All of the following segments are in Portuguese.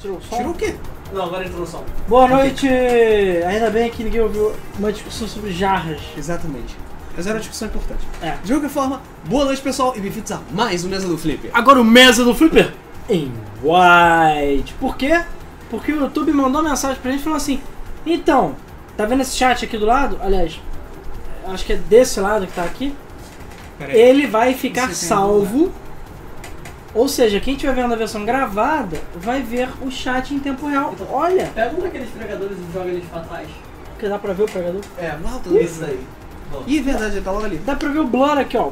Tirou o som? Tirou o quê? Não, agora entrou o som. Boa noite! Ainda bem que ninguém ouviu uma discussão sobre jarras. Exatamente. Mas era uma discussão importante. É. De qualquer forma, boa noite pessoal e bem-vindos a mais um Mesa do Flipper. Agora o mesa do Flipper em white. Por quê? Porque o YouTube mandou uma mensagem pra gente falando assim: então, tá vendo esse chat aqui do lado? Aliás, acho que é desse lado que tá aqui. Peraí. Ele vai ficar Isso é salvo. Ou seja, quem estiver vendo a versão gravada vai ver o chat em tempo real. Olha, Pega um daqueles pregadores e joga eles pra trás. porque dá pra ver o pregador. É, Uau, tá louco. isso daí. Bom, Ih, verdade, ele tá logo ali. Dá pra ver o blur aqui, ó.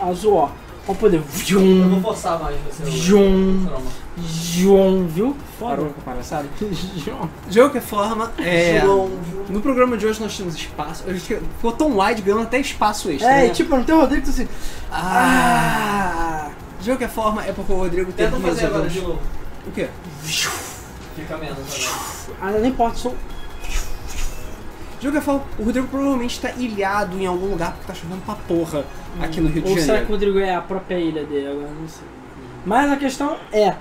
Azul, ó. Ó o poder. eu Vium, vou forçar mais você. o- Jum. o trauma. vium, viu? Foda. com a palhaçada. Vium. De qualquer forma, é... João, João. No programa de hoje nós temos espaço. A gente ficou tão wide ganhando até espaço extra. É, né? e tipo, não tem o Rodrigo, tu assim. Ah! De qualquer forma, é porque o Rodrigo tem Tenta fazer agora de novo. O quê? Fica menos agora. Ah, não importa, sou. De qualquer forma, o Rodrigo provavelmente tá ilhado em algum lugar porque tá chovendo pra porra aqui no Rio de Ou será que o Janeiro. Rodrigo é a própria ilha dele? Agora não sei. Mas a questão é.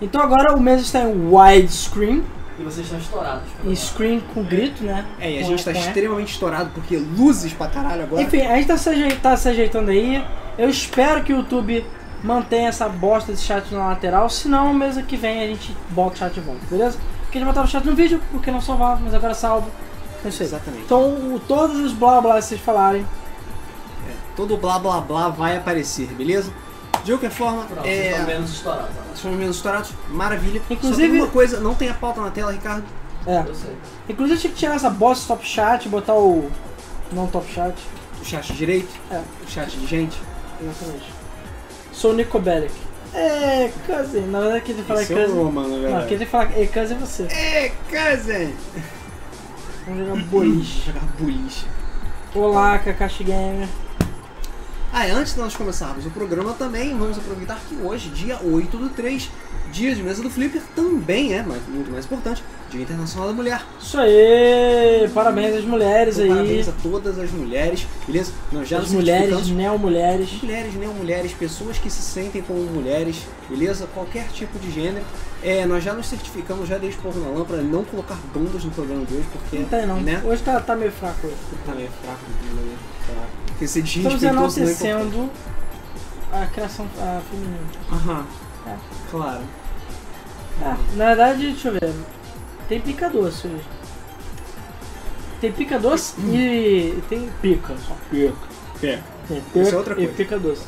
Então agora o mês está em widescreen, E vocês estão estourados. cara. em screen com grito, né? É, e a Com- gente tá com- extremamente estourado porque luzes pra caralho agora. Enfim, a gente tá se, ajei- tá se ajeitando aí. Eu espero que o YouTube mantenha essa bosta de chat na lateral. Senão, mês que vem a gente bota o chat de volta, beleza? Porque a gente botava o chat no vídeo, porque não salvava, mas agora salvo. É isso aí. Exatamente. Então, o- todos os blá blá que vocês falarem. Todo blá blá blá vai aparecer, beleza? De qualquer forma, Pronto, vocês estão é. menos estourados agora. Somos menos estourados, maravilha. Só Inclusive- tem uma coisa, não tem a pauta na tela, Ricardo. É. Eu sei. Inclusive, eu tinha que tirar essa bosta de top chat, botar o. Não top chat. O chat direito, É. o chat de gente. Exatamente. Sou o Nico Bellic. É, cousin. Na verdade, quem tem que falar é Esse é o cousin. Roman, na Não, quem tem verdade. que falar é cousin é você. É, cousin! Vamos jogar boliche. Jogar boliche. Olá, Kakashi Gamer. Ah, e antes de nós começarmos o programa também, vamos aproveitar que hoje, dia 8 do 3, dia de mesa do Flipper, também é, mas muito mais importante, Dia Internacional da Mulher. Isso aí! Parabéns às mulheres Então, parabéns a aí. todas as mulheres, beleza? Nós já As nos mulheres, identificamos neo-mulheres. mulheres, neomulheres, pessoas que se sentem como mulheres, beleza? Qualquer tipo de gênero. É, nós já nos certificamos, já dei esporro na lâmpada, não colocar bundas no programa de hoje, porque. Não tem não. Né? Hoje tá, tá meio fraco. hoje. Tá meio fraco, tá meio fraco. Porque se Estamos desrespeitoso não é importante. enaltecendo a criação ah, feminina. Aham. É. Claro. Ah, na verdade, deixa eu ver. Tem pica doce hoje. Tem pica doce Hum. e tem pica. Só pica. É. Tem Isso pica é outra e coisa. pica doce.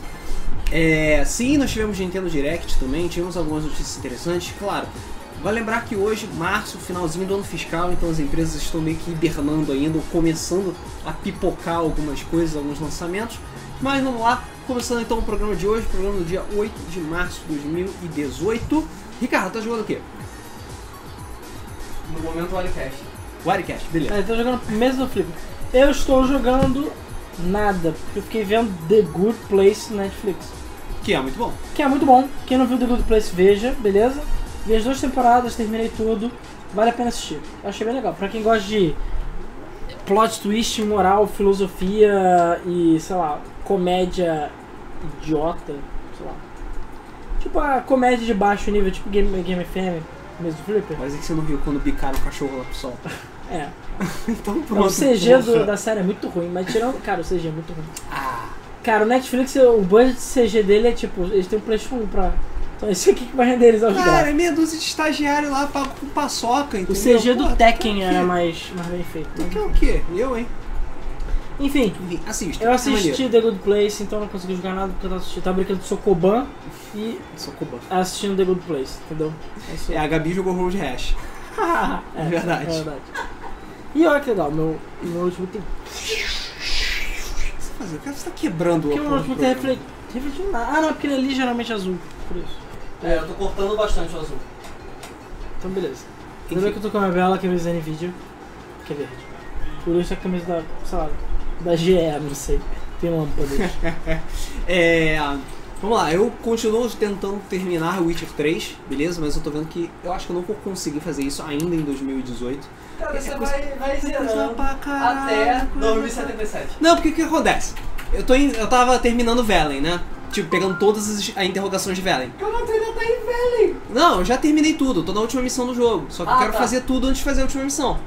É, sim, nós tivemos Nintendo Direct também, tivemos algumas notícias interessantes, claro. Vai lembrar que hoje, março, finalzinho do ano fiscal, então as empresas estão meio que hibernando ainda, ou começando a pipocar algumas coisas, alguns lançamentos. Mas vamos lá, começando então o programa de hoje, programa do dia 8 de março de 2018. Ricardo, tá jogando o quê? No momento, o Alicast. Wirecast, beleza. Ah, eu tô jogando mesa do flip. Eu estou jogando nada, porque eu fiquei vendo The Good Place na Netflix. Que é muito bom. Que é muito bom. Quem não viu The Good Place, veja, beleza? Vi as duas temporadas, terminei tudo. Vale a pena assistir. Eu achei bem legal. Pra quem gosta de plot twist, moral, filosofia e, sei lá, comédia idiota, sei lá. Tipo a comédia de baixo nível, tipo Game, Game FM, mesmo Flipper. Mas é que você não viu quando bicaram o cachorro lá pro sol. É. então pronto. O CG do- porra. da série é muito ruim, mas tirando. Cara, o CG é muito ruim. Ah, Cara, o Netflix, o budget de CG dele é tipo, eles têm um PlayStation 1 pra. Então é isso aqui que vai renderizar os gráficos. cara, é meia dúzia de estagiário lá pago com paçoca, O entendeu? CG Porra, do tu Tekken quer o quê? era mais, mais bem feito. né? Tu quer o quê? Eu, hein? Enfim, Enfim, assista. eu É assisti maneiro. The Good Place, então não consegui jogar nada porque eu tava assistindo. Tava brincando de Sokoban e Sou Cuba. assistindo The Good Place, entendeu? É isso É, aí. a Gabi jogou Road Rash. É, verdade. É verdade. E olha que legal, meu, meu notebook tem. O que você tá fazendo? Cara, você tá quebrando o Porque meu óculos do notebook tem programa. refletido. Refletido nada. Ah, não, porque ele é ligeiramente azul. Por isso. É, eu tô cortando bastante o azul. Então, beleza. Enfim. Ainda bem que eu tô com uma bela camisa da Nvidia, que é verde. Por isso é a camisa da, sei lá, da GE, não sei. Tem um lâmpada. É. Vamos lá, eu continuo tentando terminar Witcher 3, beleza? Mas eu tô vendo que eu acho que eu não vou conseguir fazer isso ainda em 2018. Cara, você É, vai, vai coisa Tá zerando pra caralho, até coisa pra- 2077. Não, porque o que acontece? Eu, tô em- eu tava terminando Velen, né? tipo, pegando todas as, as interrogações de Velen. Caraca, tu ainda tá em Velen! Não, eu já terminei tudo, tô na última missão do jogo. Só que eu Ah, quero tá. fazer tudo antes de fazer a última missão.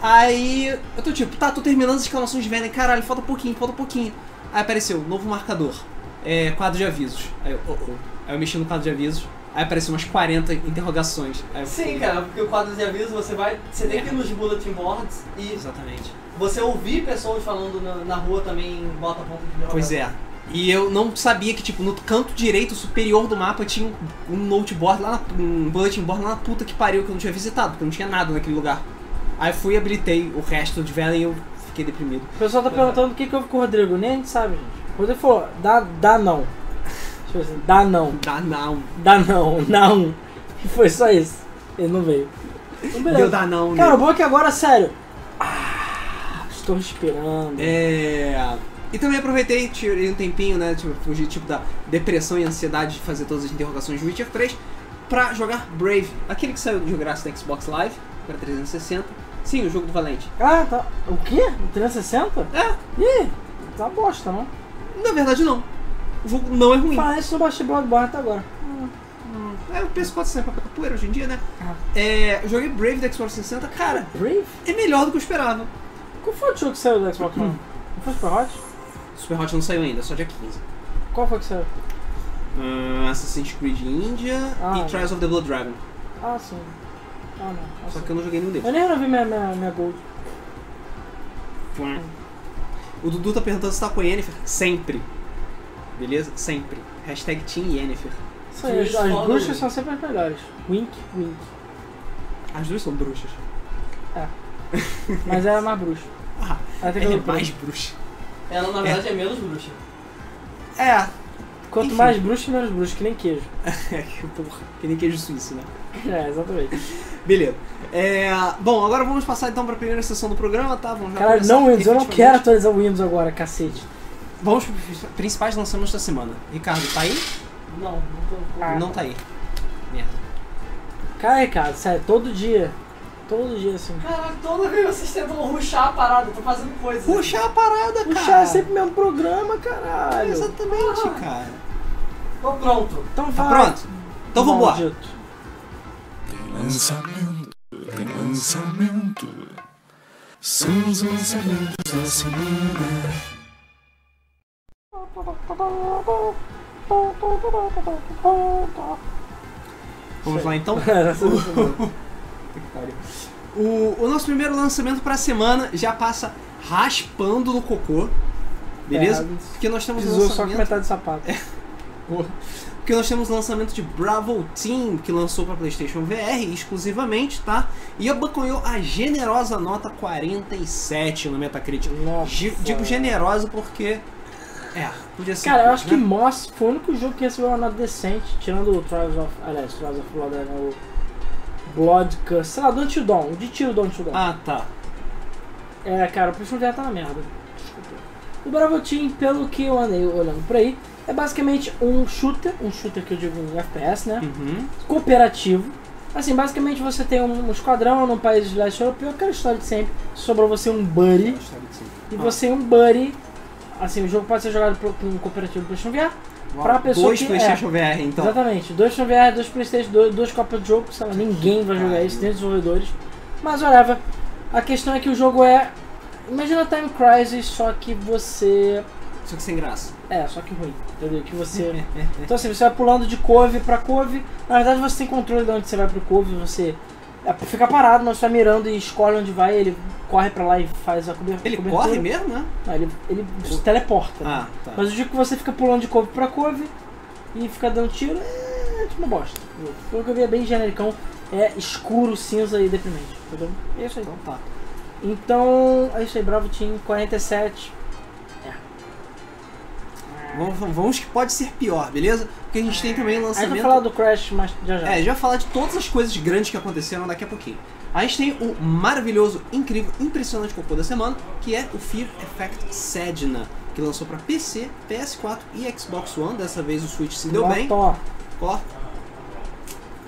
Aí eu tô tipo, tá, tô terminando as escalações de Velen, caralho, falta pouquinho, falta pouquinho. Aí apareceu, novo marcador. É, quadro de avisos. Aí eu, oh, oh. Aí eu mexi no quadro de avisos. Aí apareceu umas 40 interrogações. Aí eu Sim, fiquei- cara, porque o quadro de aviso você vai. Você tem que ir nos bulletin boards e Exatamente. você ouvir pessoas falando na, na rua também bota ponto de interrogação. Pois é. E eu não sabia que, tipo, no canto direito superior do mapa tinha um- um noteboard lá, na, um bulletin board lá na puta que pariu, que eu não tinha visitado, porque não tinha nada naquele lugar. Aí eu fui e habilitei o resto de Velen e eu fiquei deprimido. O pessoal tá perguntando o que que houve com o Rodrigo. Nem a gente sabe, gente. O Rodrigo falou, dá, dá não. Tipo assim, dá não. Dá não. Dá não, não. E foi só isso. Ele não veio. Então, Deu beleza. dá não, Cara, o né? bom é que agora, sério. Ah, estou respirando. É. E também aproveitei, tirei um tempinho, né? Tipo, fugir tipo, da depressão e ansiedade de fazer todas as interrogações de Witcher 3 pra jogar Brave, aquele que saiu de graça da Xbox Live pra 360. Sim, o jogo do Valente. Ah, tá. O quê? O 360? É, Ih, tá bosta, não? Na verdade, não. O jogo não é ruim. Falar isso, eu baixei Bloodborne até agora. É, o PS4 sai pra capoeira hoje em dia, né? Ah. É, eu joguei Brave da Xbox 60, cara, Brave? é melhor do que eu esperava. Qual foi o jogo que saiu do Xbox One? Não foi Super Hot? Super Hot não saiu ainda, só dia 15. Qual foi que saiu? Hum, Assassin's Creed India Ah. e Trials of the Blood Dragon. Ah, sim. Ah, não. Ah, Só sim. que eu não joguei nenhum deles. Eu nem renovei minha, minha, minha Gold. O Dudu tá perguntando se tá com a Yennefer. Sempre. Beleza? Sempre. Hashtag Team Yennefer. Isso aí, as, Just as follow bruxas me. são sempre as melhores. Wink, wink. As duas são bruxas. Mas ela é mais bruxa. Ah, Ela tem Ela é cabelo mais preto. bruxa. Ela na verdade é, menos bruxa. É. Quanto Enfim. mais bruxa, menos bruxa, que nem queijo. É, Porra, que nem queijo suíço, né? É, exatamente. Beleza. É, bom, agora vamos passar então para a primeira sessão do programa, tá? Vamos já Caralho, começar não, Windows, eu não efetivamente. quero atualizar o Windows agora, cacete. Vamos para os principais lançamentos da semana. Ricardo, tá aí? Não, não tô. Ah. Não tá aí. Merda. Cara, Ricardo, sério, todo dia. Todo dia, assim. Caraca, toda vez vocês tentam ruxar a parada, eu tô fazendo coisa. Puxa a parada, cara. Puxar é sempre o mesmo programa, caralho. Exatamente, cara. Tô pronto. Então Tá vai. pronto? Então vambora. maldito. Tem lançamento, tem lançamento. São os lançamentos da semana. Vamos lá então. Puta que pariu. O, o nosso primeiro lançamento pra semana já passa raspando no cocô. Beleza? É, Porque nós temos um Pisou só com lançamento. metade do sapato. Porque nós temos o lançamento de Bravo Team, que lançou para PlayStation VR exclusivamente, tá? E abocanhou a generosa nota 47 no Metacritic. Nossa. Gi- É, Digo generosa porque. É, podia ser. Cara, eu acho que né? Moss foi o único jogo que recebeu uma nota decente, tirando o Trials of. Aliás, Trials of Blood, né, o Blood Curse. Sei lá, do Until Dawn, o de tiro do Until Dawn. Ah, tá. É, cara, o PlayStation VR tá na merda. Desculpa. O Bravo Team, pelo que eu andei olhando por aí, é basicamente um shooter, um shooter que eu digo em FPS, né? Uhum. cooperativo. Assim, basicamente você tem um, um esquadrão num país de leste europeu, aquela história de sempre. Sobrou você um buddy. E Ah. você é um buddy. Assim, o jogo pode ser jogado por, com um cooperativo PlayStation VR. Pra pessoa Dois que- é. PlayStation VR, então. Exatamente. Dois PlayStation VR, dois Playstation, dois, dois copas de jogo. Sei lá, ninguém vai jogar Caralho. isso, nem os desenvolvedores. Mas, whatever. A questão é que o jogo é... Imagina Time Crisis, só que você... Só que sem graça. É, só que ruim, entendeu? Que você... Então assim, você vai pulando de couve pra couve. Na verdade você tem controle de onde você vai pro couve, você é, fica parado, mas você vai mirando e escolhe onde vai, ele corre pra lá e faz a cobertura. Ele cobertura. corre mesmo, né? Não, ele, ele se teleporta. Ah, tá. Mas o dia que você fica pulando de couve pra couve e fica dando tiro, é tipo uma bosta. Pelo que eu vi é bem genericão, é escuro, cinza e deprimente. Entendeu? É isso aí. Então tá. Então, é isso aí, Bravo Team 47. Vamos, vamos- vamos que pode ser pior, beleza? Porque a gente tem também o Aí eu vou lançamento. falar do Crash mas já já. É, a gente vai falar de todas as coisas grandes que aconteceram daqui a pouquinho. A gente tem o maravilhoso, incrível, impressionante cocô da semana, que é o Fear Effect Sedna, que lançou pra PC, PS4 e Xbox One. Dessa vez o Switch se deu Nota, bem. ó, Ó,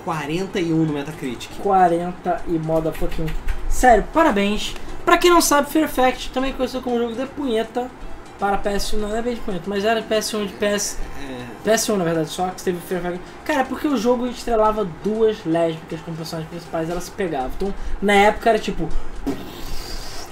41 no Metacritic. 40 e moda pouquinho. Sério, parabéns. Pra quem não sabe, Fear Effect, também conhecido como jogo de punheta, para PS1, não é bem de conhecimento, mas era PS1 de PS. É, PS1 na verdade, só que teve Free Fire. Cara, porque o jogo estrelava duas lésbicas como personagens principais, elas se pegavam. Então, na época era tipo,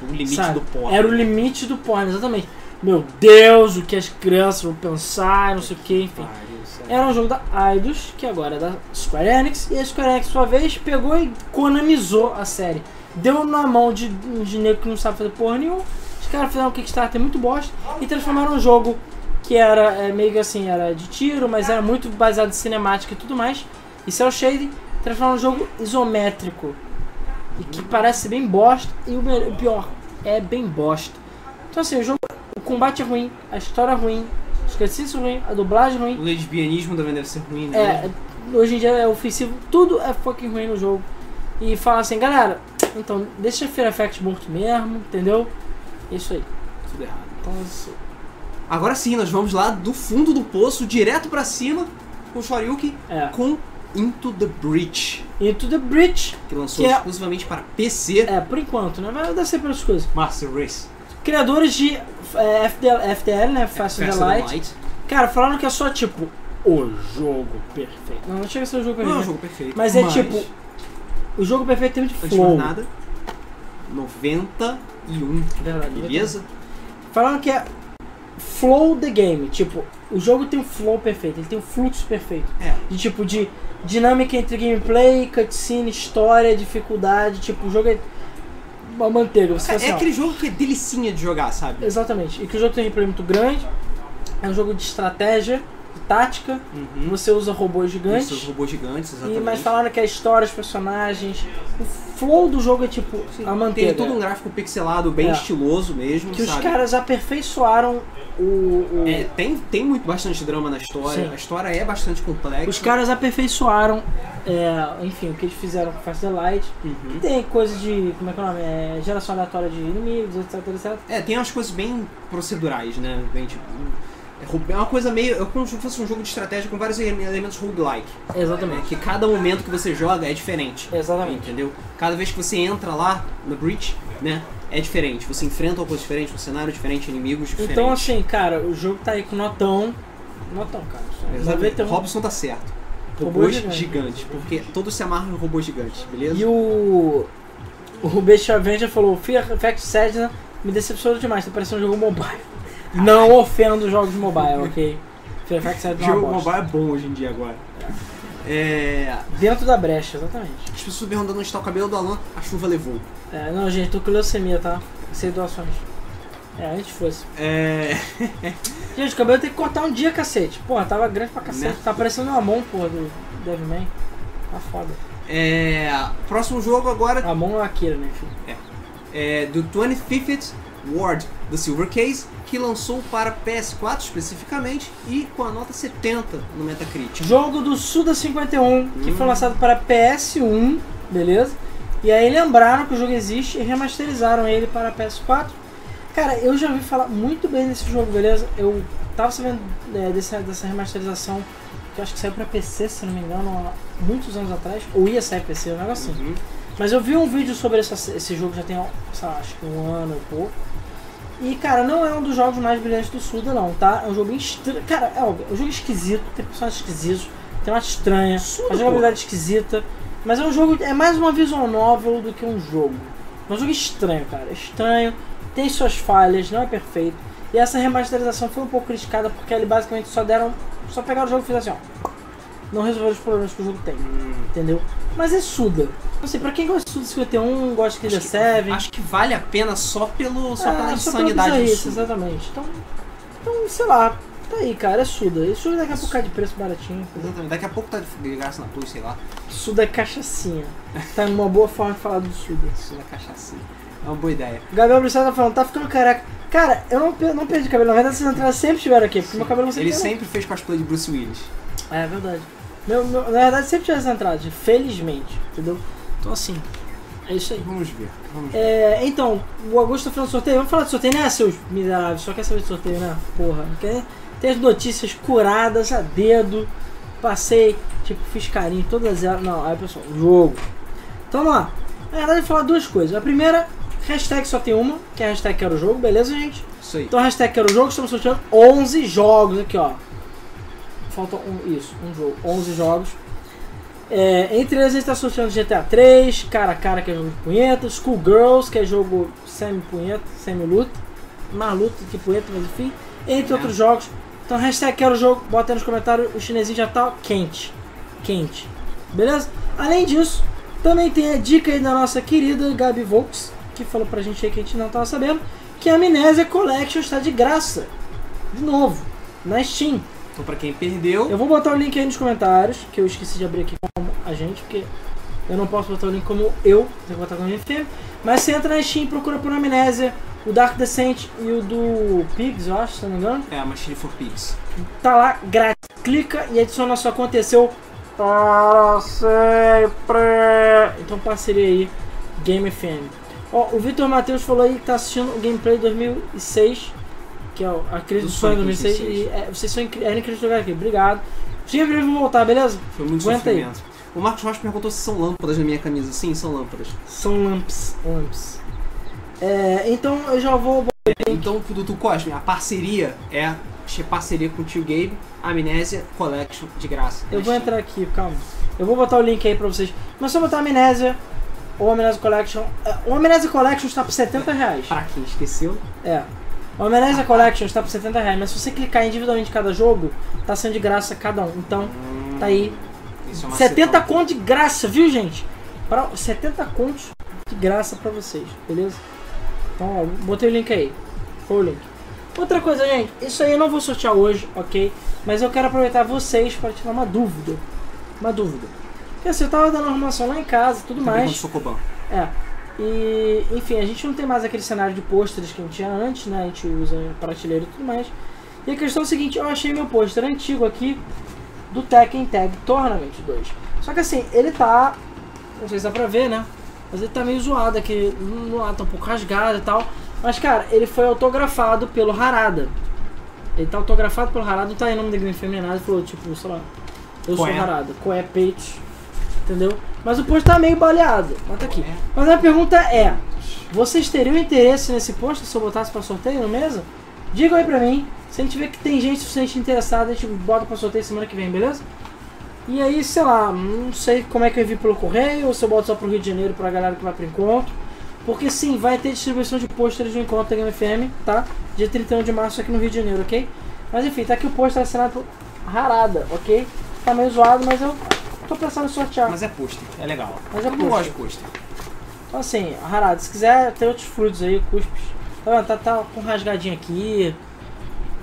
o limite Sabe, do porno. Era o limite do porno, exatamente. Meu Deus, o que as crianças vão pensar, não sei o que, enfim. Pariu, sério. Era um jogo da Eidos, que agora é da Square Enix, e a Square Enix, por sua vez, pegou e conamizou a série. Deu na mão de um dinheiro que não sabe fazer porra nenhuma, os caras fizeram um Kickstarter muito bosta e transformaram um jogo que era é, meio que assim, era de tiro, mas era muito baseado em cinemática e tudo mais, e Cell Shading, transformaram um jogo isométrico, e que parece bem bosta, e o me- o pior, é bem bosta. Então assim, o jogo, o combate é ruim, a história é ruim, os cutscenes são ruins, a dublagem é ruim, O lesbianismo também deve ser ruim, né? é, hoje em dia é ofensivo, tudo é fucking ruim no jogo. E fala assim, galera, então deixa Fear Effect morto mesmo, entendeu? É Isso aí. Tudo errado. Então, isso- Agora sim, nós vamos lá do fundo do poço, direto pra cima, com o Shoryuken, é. com Into the Breach, Into the Breach, que lançou Que é- exclusivamente para PC, é, por enquanto, né? Mas deve ser pelas coisas. Master Race, Criadores de é, FDL, FDL, né? Fast and the Fast and the Light. Cara, falaram que é só tipo o jogo perfeito. Não, não chega a ser o jogo Não é um perfeito. jogo perfeito. Mas é tipo, o jogo perfeito tem muito Antes de mais flow. nada, 91, Verdade, beleza? Falaram que é flow the game. Tipo, o jogo tem um flow perfeito, ele tem um fluxo perfeito. É. De tipo, de dinâmica entre gameplay, cutscene, história, dificuldade. Tipo, o jogo é uma manteiga. Você fala É, assim, ó, aquele jogo que é delicinha de jogar, sabe? Exatamente. E que o jogo tem um gameplay muito grande. É um jogo de estratégia, de tática. Uhum. Você usa robôs Os seus gigantes. robôs gigantes, exatamente. E, mas falaram que é a história, os personagens. O flow do jogo é tipo a manteiga. Tem todo um gráfico pixelado bem É. estiloso mesmo, Que os sabe? caras aperfeiçoaram o. o- É, tem, tem muito bastante drama na história, Sim. a história é bastante complexa. Os caras aperfeiçoaram, é, enfim, o que eles fizeram com Fast Light. Uhum. Tem coisa de, como é que é o nome? É, geração aleatória de inimigos, etc, etc. É, tem umas coisas bem procedurais, né? Bem tipo. é ro- É uma coisa meio. É como se fosse um jogo de estratégia com vários ele- elementos roguelike. né? Exatamente. Que cada momento que você joga é diferente. Exatamente. Entendeu? Cada vez que você entra lá no Breach, né? É diferente. Você enfrenta uma coisa diferente, um cenário diferente, inimigos diferentes. Então, assim, cara, o jogo tá aí com notão. Notão, cara. Exatamente. 91. Robson tá certo. Robô Robôs gigante. gigantes. Porque todos se amarram em robôs gigantes, beleza? E o. O Rubens Chavenger falou: Fear Effect Sedna me decepcionou demais, tá parecendo um jogo mobile. Não ofendo os jogos mobile, ok? Fear Effect O Sedna é jogo uma bosta. mobile é bom hoje em dia agora. É. Dentro da brecha, exatamente. As pessoas perguntando onde está o cabelo do Alan, a chuva levou. É, não, gente, tô com leucemia, tá? Sem doações. É, antes fosse. É. Gente, o cabelo tem que cortar um dia, cacete. Porra, tava grande pra cacete. Né? Tá parecendo uma mão, porra, do Devilman. Tá foda. É. Próximo jogo agora A mão é aquele, né, filho? é do 25th Ward do Silver Case, que lançou para PS4 especificamente e com a nota 70 no Metacritic. Jogo do Suda51, que Hum. foi lançado para PS1, beleza? E aí lembraram que o jogo existe e remasterizaram ele para PS4. Cara, eu já ouvi falar muito bem desse jogo, beleza? Eu tava sabendo é, dessa, dessa remasterização, que eu acho que saiu pra PC, se não me engano, há muitos anos atrás. Ou ia sair pra PC, um negócio assim. Uhum. Mas eu vi um vídeo sobre essa- esse jogo já tem, sei lá, acho que um ano e pouco. E, cara, não é um dos jogos mais brilhantes do Suda, não, tá? É um jogo bem estranho. Cara, é óbvio, é um jogo esquisito, tem personagens esquisitos, tem uma estranha, Suda, uma jogabilidade esquisita. Mas é um jogo, é mais uma visual novel do que um jogo. É um jogo estranho, cara. é Estranho, tem suas falhas, não é perfeito. E essa remasterização foi um pouco criticada porque ele basicamente só deram. Só pegaram o jogo e fizeram assim, ó. Não resolveram os problemas que o jogo tem Hum, entendeu? Mas é Suda. Não sei, pra quem gosta de Suda 51, gosta de The Seven. Acho que vale a pena só, pelo, só é, pela só pra insanidade dizer do isso, Suda. exatamente. Então, então, sei lá, tá aí, cara, é Suda. E Suda daqui a pouco cai de preço baratinho. Exatamente. Daqui a pouco tá de de graça na Plus, sei lá. Suda é cachaçinha. Tá numa boa forma de falar do Suda. Isso da cachaça. É uma boa ideia. Gabriel Brissado tá falando, tá ficando careca. Cara, eu não, pe- não perdi cabelo. Na verdade, vocês entraram sempre tiveram aqui, porque meu cabelo não Ele tem, não. sempre fez cosplay de Bruce Willis. É verdade. Meu, meu- na verdade, sempre tiveram essa entrada, gente, felizmente, entendeu? Então, assim, é isso aí. Vamos ver. Vamos ver. É, então, o Augusto tá falando de sorteio. Vamos falar de sorteio, né, seus miseráveis? Só quer saber de sorteio, né? Porra, não quer? Tem as notícias curadas a dedo. Passei, tipo, fiz carinho, todas elas. Não, aí pessoal, jogo. Então vamos lá. Na verdade, eu vou falar duas coisas. A primeira Hashtag só tem uma, que é a hashtag quero jogo, beleza, gente? Isso aí. Então, hashtag quero jogo, estamos sorteando 11 jogos aqui, ó. Falta um, isso, um jogo, 11 jogos. É, entre eles a gente tá sorteando GTA 3, Cara a Cara, que é jogo de punheta, Schoolgirls, que é jogo semi-punheta, semi-luta, mais luta que punheta, tipo, mas enfim, entre É. outros jogos. Então, hashtag quero jogo, bota aí nos comentários, o chinesinho já tá quente, quente, beleza? Além disso, também tem a dica aí da nossa querida Gabi Volks, que falou pra gente aí que a gente não tava sabendo, que a Amnésia Collection está de graça, de novo, na Steam. Então pra quem perdeu, Eu vou botar o link aí nos comentários, que eu esqueci de abrir aqui como a gente, porque eu não posso botar o link como eu, tem que botar como FM. Mas você entra na Steam e procura por Amnésia, o Dark Descent e o do Pigs, eu acho, se não me engano. é a Machine for Pigs. Tá lá, grátis. Clica e adiciona a sua aconteceu para sempre. Então parceria aí, Game FM. Ó, o Vitor Matheus falou aí que tá assistindo o gameplay 2006, que é o- a crise Do do sonho Sonic 2006. 2006. E, é, vocês são incríveis, era incrível jogar aqui, obrigado. Tinha pra vou voltar, beleza? Foi muito Aguenta aí. sofrimento. O Marcos Rocha perguntou se são lâmpadas na minha camisa. Sim, são lâmpadas. São lamps, lamps. É, então eu já vou Então, do Tu Cosme, a parceria é che- parceria com o tio Gabe, Amnésia Collection de graça. Eu vou entrar aqui, calma. Eu vou botar o link aí pra vocês. Mas se eu botar Amnésia ou Amnésia Collection. é, O Amnésia Collection está por 70 reais. Pra quem esqueceu, É. O Amnésia Collection está tá por 70 reais. Mas se você clicar individualmente em cada jogo, tá sendo de graça cada um. Então, tá aí. isso é uma 70 cetão. conto de graça, viu, gente? Pra, 70 contos de graça pra vocês, beleza? Então, ó, botei o link aí. Foi o link. Outra coisa, gente, isso aí eu não vou sortear hoje, ok? Mas eu quero aproveitar vocês para tirar uma dúvida. Uma dúvida. Porque assim, eu tava dando arrumação lá em casa e tudo mais. Também quando Socoban. É. E, enfim, a gente não tem mais aquele cenário de pôsteres que a gente tinha antes, né? A gente usa prateleira e tudo mais. E a questão é a seguinte, eu achei meu pôster antigo aqui do Tekken Tag Tournament 2. Só que assim, ele tá. Não sei se dá pra ver, né? Mas ele tá meio zoado aqui, no lado tá um pouco rasgado e tal. Mas cara, ele foi autografado pelo Harada. Ele tá autografado pelo Harada, não tá em nome da Game Feminada, falou tipo, sei lá, eu sou Coé. o Harada, Coé Peitos, entendeu? Mas o pôster tá meio baleado, mas tá aqui. Coé. Mas a pergunta é, vocês teriam interesse nesse pôster se eu botasse pra sorteio no mesa? Digam aí pra mim. Se a gente vê que tem gente suficiente interessada, a gente bota pra sorteio semana que vem, beleza? E aí, sei lá, não sei como é que eu envio pelo correio, ou se eu boto só pro Rio de Janeiro pra galera que vai pro encontro. Porque sim, vai ter distribuição de pôsteres do encontro da Game FM, tá? Dia 31 de março aqui no Rio de Janeiro, ok? Mas enfim, tá aqui o pôster assinado por Harada, ok? Tá meio zoado, mas eu tô pensando em sortear. Mas é pôster, é legal. Tá. Mas é eu não pôster. gosto de pôster. Então assim, Harada, se quiser tem outros frutos aí, cuspes. Tá, vendo? tá, tá com rasgadinho aqui.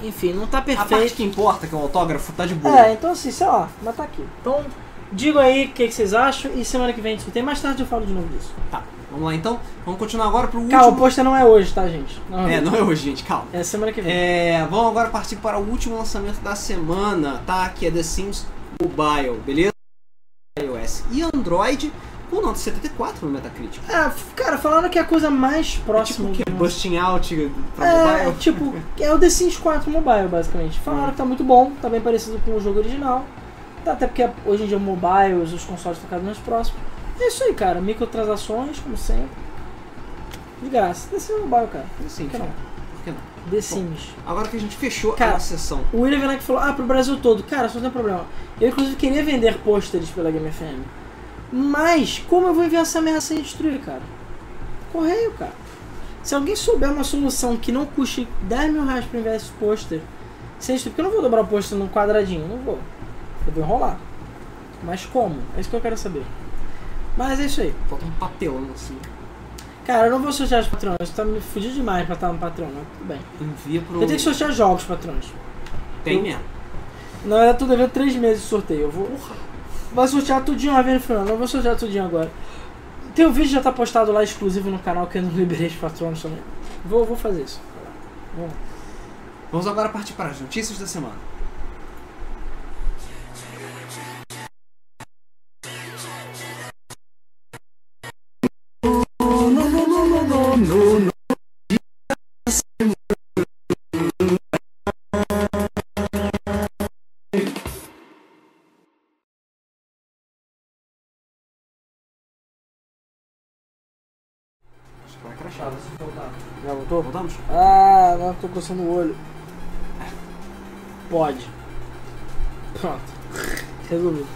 Enfim, não tá A parte perfeito. que importa, que é o autógrafo, tá de boa. É, então assim, sei lá, mas tá aqui. Então, digam aí o que, que vocês acham e semana que vem a gente tem. Mais tarde eu falo de novo disso. Tá, vamos lá então. Vamos continuar agora pro último. Cara, o pôster não é hoje, tá, gente? Não É, hoje. não é hoje, gente, calma. É semana que vem. É, vamos agora partir para o último lançamento da semana, tá? Que é The Sims Mobile, beleza? iOS e Android com nota 74 no Metacritic. É Ah, f- cara, falaram que é a coisa mais próxima. tipo que de- busting out pra É, mobile. tipo, é o The Sims 4 Mobile, basicamente. Falaram que tá muito bom, tá bem parecido com o jogo original. Tá, Até porque hoje em dia o mobile, os consoles focados nos próximos. É isso aí, cara. Microtransações, como sempre. De graça. The Sims Mobile, cara. The Por Sims, que não? Assim, tipo, Por que não? The Sims. Agora que a gente fechou Cara, a sessão. O William Venac falou, ah, pro Brasil todo. Cara, só tem um problema. Eu, inclusive, queria vender pôsteres pela Game FM. Mas, como eu vou enviar essa merda sem destruir, cara? Correio, cara. Se alguém souber uma solução que não custe 10 mil reais pra enviar esse pôster sem destruir, porque eu não vou dobrar o pôster num quadradinho, não vou. Eu vou enrolar. Mas como? É isso que eu quero saber. Mas é isso aí. Falta um papelão assim. Cara, eu não vou sortear os patrões. Você tá me fudido demais pra estar no patrão, mas tudo bem. Envia pro. Eu tenho que sortear jogos, patrões. Tem mesmo. Na verdade, eu tô devendo três meses de sorteio. Eu vou, Porra. Vai sortear tudinho uma vez no final, não vou sortear tudinho agora. Tem um vídeo que já tá postado lá exclusivo no canal que eu não liberei os patronos também. Vou, vou fazer isso. Vamos agora partir para as notícias da semana. Vai crachar. Fala, né? se voltar. Já voltou? Voltamos? Ah, agora eu tô coçando o olho. Pode. Pronto. Resolvido.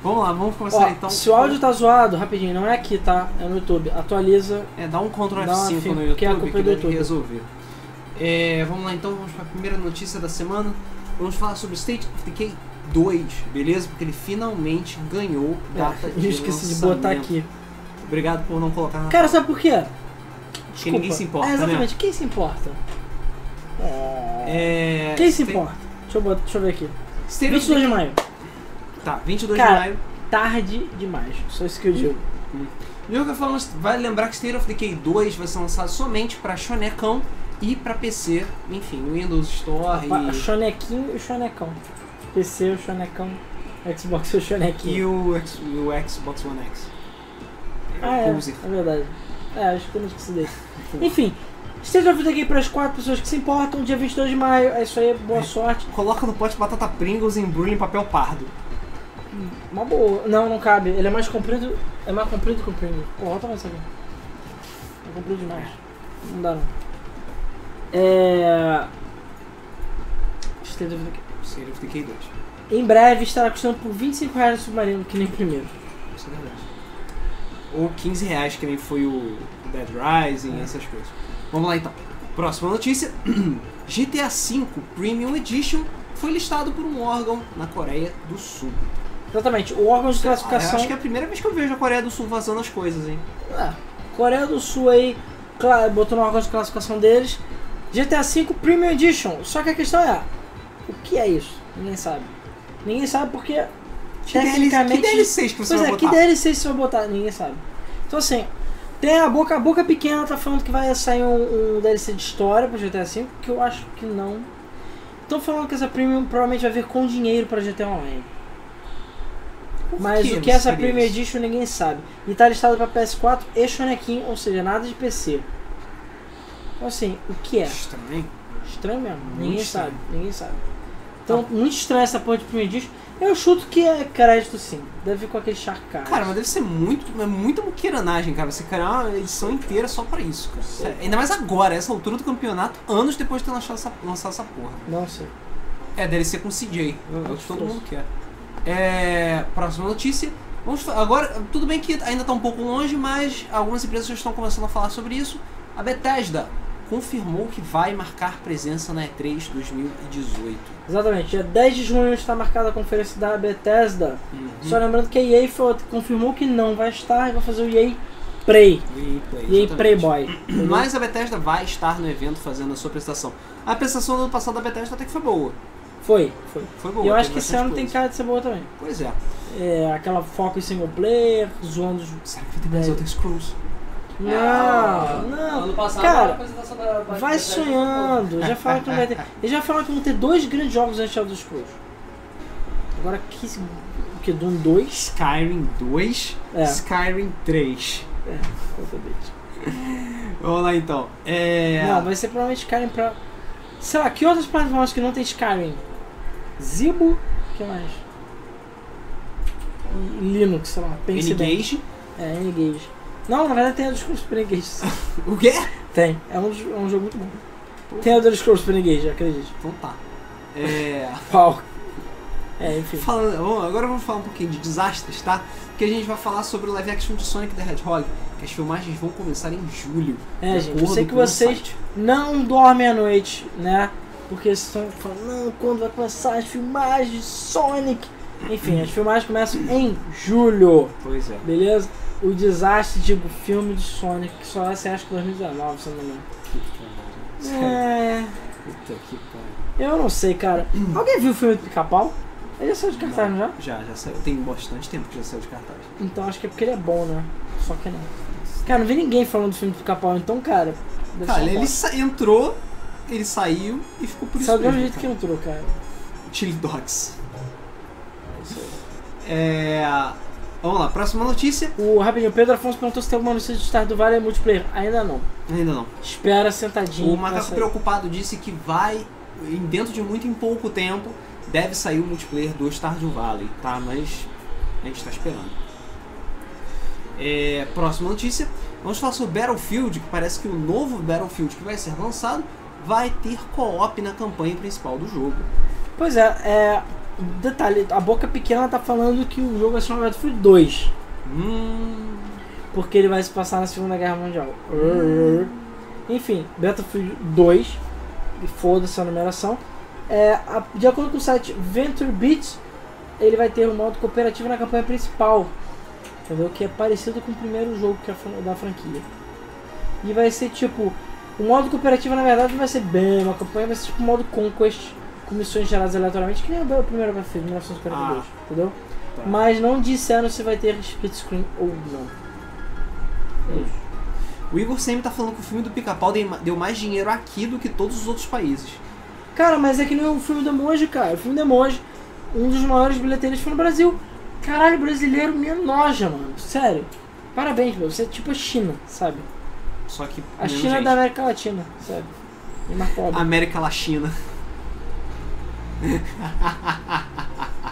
Vamos lá, vamos começar Ó, então. se o áudio tá zoado, rapidinho, não é aqui, tá? É no YouTube. Atualiza. É, dá um Ctrl Dá uma F5 fi- no YouTube que é a culpa que do deve YouTube. resolver. É, vamos lá então, vamos para a primeira notícia da semana. Vamos falar sobre State of Decay 2, beleza? Porque ele finalmente ganhou data É, de eu esqueci de lançamento. botar aqui. Obrigado por não colocar na Cara, sabe por quê? porque ninguém se importa, É, né? exatamente, quem se importa? É... É, Quem se State- importa? Deixa eu, botar, deixa eu ver aqui. State 22 of de Decay... maio. Tá, 22 Cara, de maio. Tarde demais. Só isso que eu digo. Yoga falando, vai lembrar que State of Decay 2 vai ser lançado somente pra Shonecão e pra PC, enfim, Windows Store Ah, e, Chonequinho e Chonecão. PC, o Chonecão. Xbox, o e Chonequinho. o, X- e o Xbox One X. Ah, é, Então, Poser. é verdade. É, acho que eu não esqueci dele. Enfim, esteja vindo aqui para as quatro pessoas que se importam, dia 22 de maio. É isso aí, boa sorte. Coloca no pote batata Pringles e embrulha em papel pardo. Uma boa. Não, não cabe. Ele é mais comprido. É mais comprido que o Pringle. Pô, volta mais aqui. É comprido demais. Não dá não. É. Esteja vindo aqui. State of Decay 2. Em breve estará custando por 25 reais no submarino, que nem o primeiro. Isso é verdade. Ou 15 reais, que nem foi o Dead Rising, É. essas coisas. Vamos lá então. Próxima notícia: GTA V Premium Edition foi listado por um órgão na Coreia do Sul. Exatamente, o órgão de Ah, classificação. Acho que é a primeira vez que eu vejo a Coreia do Sul vazando as coisas, hein? Ah, Coreia do Sul aí cla- botou no órgão de classificação deles. GTA V Premium Edition. Só que a questão é, o que é isso? Ninguém sabe. Ninguém sabe porque Que tecnicamente. DLCs que você pois vai é, botar? que DLC você vai botar? Ninguém sabe. Então assim, tem a boca, a boca pequena tá falando que vai sair um, um DLC de história pro GTA V, que eu acho que não. Estão falando que essa Premium provavelmente vai vir com dinheiro pra GTA Online. Por Mas o que é não essa seria Premium isso? Edition ninguém sabe. E tá listado pra PS4 e Shonequim, ou seja, nada de PC. Então assim, o que é? Estranho. Estranho mesmo, Muito ninguém estranho. Tá. sabe, ninguém sabe. Então, muito estranho essa porra de Premium Edition. Eu chuto que é crédito sim, deve vir com aquele Shark Card. Cara, mas deve ser muito, é muita muqueiranagem, cara. Você criar uma edição inteira só pra isso, cara. Sério. Ainda mais agora, essa altura do campeonato, anos depois de ter lançado essa, lançado essa porra. Não sei. É, DLC com CJ. Eu, eu, todo Gostoso. mundo quer. É, próxima notícia. Vamos fa- agora, tudo bem que ainda está um pouco longe, mas algumas empresas já estão começando a falar sobre isso. A Bethesda confirmou que vai marcar presença na E3 2018. Exatamente, dia 10 de junho está marcada a conferência da Bethesda. Uhum. Só lembrando que a EA foi- confirmou que não vai estar e vai fazer o EA Prey. Gameplay, EA exatamente. Playboy. Mas a Bethesda vai estar no evento fazendo a sua apresentação. A apresentação do ano passado da Bethesda até que foi boa. Foi, foi. Foi boa. E eu teve acho que esse bastante ano tem coisa. cara de ser boa também. Pois é. É, aquela foco em single player, zoando os. Será que vai ter mais É. Elder Scrolls? Ah, Não, Ah, Ano não. passado, Cara, a apresentação da- da- Vai da- sonhando. Já falaram que não vai ter. Eles já falaram que vão ter dois grandes jogos antes de Elder Scrolls. Agora, que. O que? Doom 2? Skyrim 2, É. Skyrim 3. Vamos lá então. É. Não, vai ser provavelmente Skyrim pra. Sei lá, que outras plataformas que não tem Skyrim? Zibo? que mais? E Linux, sei lá, pense bem. N-Gage. É, N-Gage. Não, na verdade tem Elder Scrolls Pra N-Gage. sim. O quê? Tem, é um, jo- é um jogo muito bom. Tem Elder Scrolls Pra N-Gage, acredite. Então tá. É. Qual? É, enfim. Falando, bom, agora vamos falar um pouquinho de desastres, tá? Porque a gente vai falar sobre o live action de Sonic the Hedgehog, que as filmagens vão começar em julho. É, de gente, eu acordo sei que com o vocês site. não dormem à noite, né? Porque vocês estão falando, não, quando vai começar as filmagens de Sonic? Enfim, as filmagens começam em julho. Pois é. Beleza? O desastre, digo, filme de Sonic, que só vai ser acho que é 2019, se eu não me engano. Sério. É. Puta que pariu. Eu não sei, cara. Alguém viu o filme do pica-pau? Ele já saiu de cartaz, não já? Já, já saiu. Tem bastante tempo que já saiu de cartaz. Então acho que é porque ele é bom, né? Só que não. Cara, não vi ninguém falando do filme do pica-pau, então, cara. Deve Cara, ser um bom. ele sa- entrou, ele saiu e ficou por isso Saiu do mesmo mesmo, jeito é que cara. entrou, cara. Chili Dogs. É. Vamos lá, próxima notícia. O rapidinho, o Pedro Afonso perguntou se tem alguma notícia de Star do Vale multiplayer. Ainda não. Ainda não. Espera sentadinho. tá O Macaco pra sair. Preocupado disse que vai, em- dentro de muito em pouco tempo, deve sair o multiplayer do Stardew Valley, tá? Mas a gente tá esperando. É, próxima notícia. Vamos falar sobre Battlefield, que parece que o novo Battlefield que vai ser lançado vai ter co-op na campanha principal do jogo. Pois é, é. Detalhe, a boca pequena tá falando que o jogo vai se chamar Battlefield 2, Hum. porque ele vai se passar na Segunda Guerra Mundial. Err. Enfim, Battlefield 2, e foda-se a numeração. É, a- de acordo com o site Venture Beats, ele vai ter um modo cooperativo na campanha principal, entendeu? Que é parecido com o primeiro jogo que é fran- da franquia. E vai ser tipo. O modo cooperativo na verdade não vai ser bem uma campanha, vai ser tipo o modo Conquest, com missões geradas aleatoriamente, que nem o primeiro Battlefield, 1942, entendeu? Tá. Mas não disseram se vai ter split screen ou não. O Igor sempre tá falando que o filme do Pica-Pau dei- deu mais dinheiro aqui do que todos os outros países. Cara, mas é que não é o filme do Emoji, cara. O filme do Emoji, um dos maiores bilheteiros foi no Brasil. Caralho, brasileiro me enoja, mano. Sério. Parabéns, meu. Você é tipo a China, sabe? Só que. A menos China é gente. da América Latina, sabe? E mais pobre. América Latina.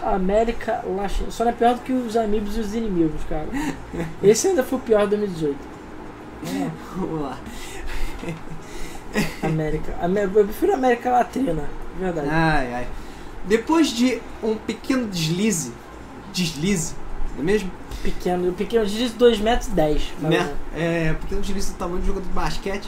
América Latina. Só não é pior do que os amigos e os inimigos, cara. Esse ainda foi o pior de 2018. É, Vamos lá. América. Amé- Eu prefiro América Latina. Verdade. Ai, ai. Depois de um pequeno deslize. Deslize, não é mesmo? Pequeno. Pequeno de 2,10 metros. e dez, mais ou né? menos. É, pequeno deslize do tamanho do jogador de basquete.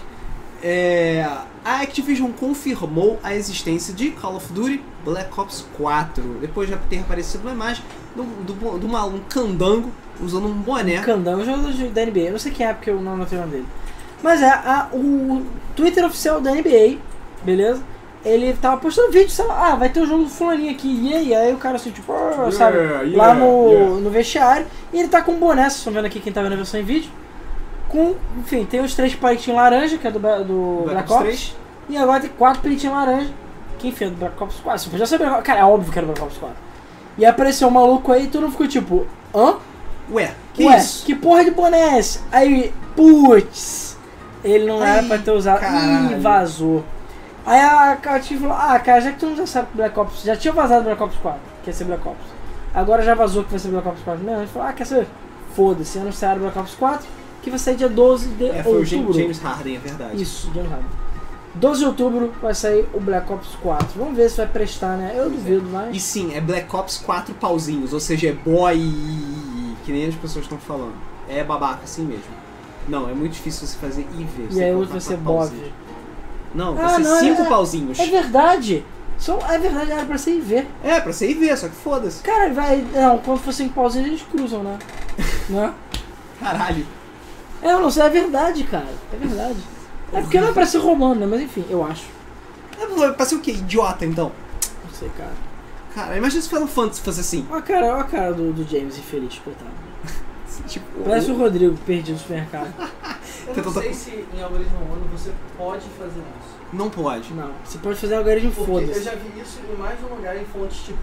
É, a Activision confirmou a existência de Call of Duty Black Ops 4, depois de ter aparecido uma imagem do, do, bo- do maluco candango usando um boné. Candango, jogador de- da NBA. Eu não sei quem é porque eu não anotei o nome dele. Mas é, a- o Twitter oficial da NBA, beleza? Ele tava postando vídeo, sei lá, ah, vai ter o jogo do fulaninho aqui, e aí, aí o cara assim, tipo, "Ah", sabe, Yeah, lá no, yeah. no vestiário, e ele tá com um boné, vocês estão vendo aqui quem tá vendo a versão em vídeo, com, enfim, tem os três palitinhos laranja, que é do, Ba- do Black Black Ops Ops, 3. e agora tem quatro palitinhos laranja, que enfim, é do Black Ops 4, você podia saber, cara, é óbvio que era do Black Ops 4. E apareceu um maluco aí, e todo mundo ficou tipo, hã? Ué, que Ué, isso? que porra de boné é esse? Aí, putz, ele não era Ai, pra ter usado. Ih, caralho. vazou. Aí a Cativo falou, ah, cara, já que tu não já sabe que Black Ops, já tinha vazado Black Ops 4, que ia ser Black Ops. Agora já vazou que vai ser Black Ops 4 mesmo. Ele falou, ah, quer saber? Foda-se, anunciaram Black Ops 4, que vai sair dia 12 de É, foi o outubro. James, James Harden, é verdade. Isso, James Harden. 12 de outubro vai sair o Black Ops 4. Vamos ver se vai prestar, né? é. Eu duvido, mas... E sim, é Black Ops 4 pauzinhos, ou seja, é boy. que nem as pessoas estão falando. É babaca assim mesmo. Não, é muito difícil você fazer IV. E aí outro vai ser Bob. Não, Ah, vai ser não, é- 5 é- pauzinhos. É verdade! Só, é verdade, era pra ser IV. É, pra ser IV, só que foda-se. Cara, vai. Não, quando for cinco pauzinhos eles cruzam, né? né? Caralho. É, eu não sei, é verdade, cara. É verdade. É porque não é pra ser romano, né? Mas enfim, eu acho. É pra ser o quê? Idiota então. Não sei, cara. Cara, imagina se Final Fantasy fosse assim. Olha a cara, olha a cara do, do James infeliz, coitado. Tipo, Parece o Rodrigo perdido no supermercado. Eu Tenta- não sei se em algoritmo humano você pode fazer isso. Não pode. Não, você pode fazer algarismo, Porque eu foda-se. já vi isso em mais de um lugar em fontes, tipo,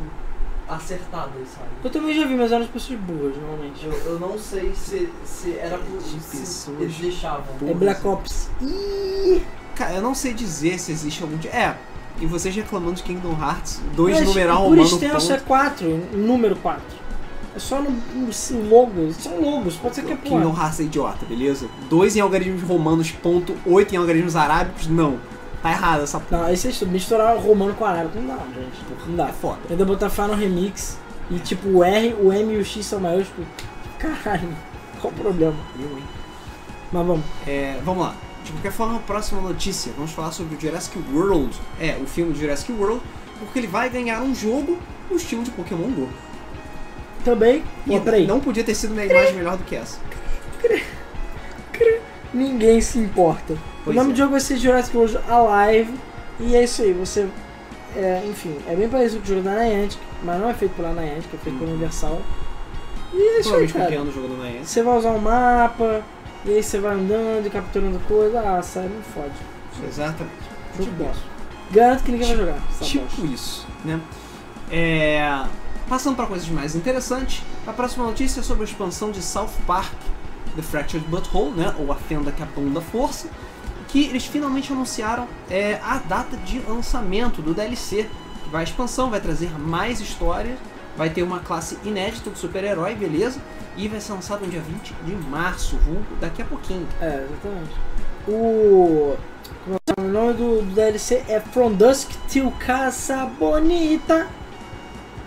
acertadas, sabe? Eu também já vi, mas eram as pessoas burras, normalmente. Eu, eu não sei se, se era por De se pessoas eles deixavam. É Black Ops. Ih, Cara, eu não sei dizer se existe algum. di- É, e vocês reclamando de Kingdom Hearts 2 mas numeral Por humano. extenso ponto. é 4, número 4. É só no, no logo, são logos, pode ser que é Kingdom porra. Hearts é idiota, beleza? 2 em algarismos romanos, ponto 8 em algarismos arábicos, não. Tá errado essa porra. Não, aí vocês misturar romano com arábico não dá, gente. Não dá. É foda. Ainda botar Final Remix e tipo o R, o M e o X são maiúsculos. Caralho, qual o problema? Eu, hein? Mas vamos. É, vamos lá. De qualquer forma, próxima notícia. Vamos falar sobre o Jurassic World. É, o filme do Jurassic World, porque ele vai ganhar um jogo no estilo de Pokémon GO. Também, E pô, peraí. não podia ter sido uma imagem melhor do que essa. Ninguém se importa. Pois o nome é. do jogo vai ser Jurassic World Alive. E é isso aí, você. é, enfim, é bem parecido com o jogo da Niantic, mas não é feito pela Niantic, é Uhum. feito pela Universal. E é isso aí, Provavelmente cara. copiando o jogo é da NES. Você vai usar um mapa, e aí você vai andando e capturando coisa. Ah, sério, não fode. Exatamente. Jogo Tipo bom. isso. Garanto que ninguém vai jogar. essa bosta. Tipo isso, né? É, Passando para coisas mais interessantes, a próxima notícia é sobre a expansão de South Park, The Fractured Butthole, né? Ou a fenda que da força, que eles finalmente anunciaram é, a data de lançamento do DLC. Vai a expansão, vai trazer mais histórias Vai ter uma classe inédita de super-herói, beleza? E vai ser lançado no dia 20 de março, vulgo, daqui a pouquinho. É, exatamente. O. como é que é O nome do, do DLC é From Dusk Till Casa Bonita.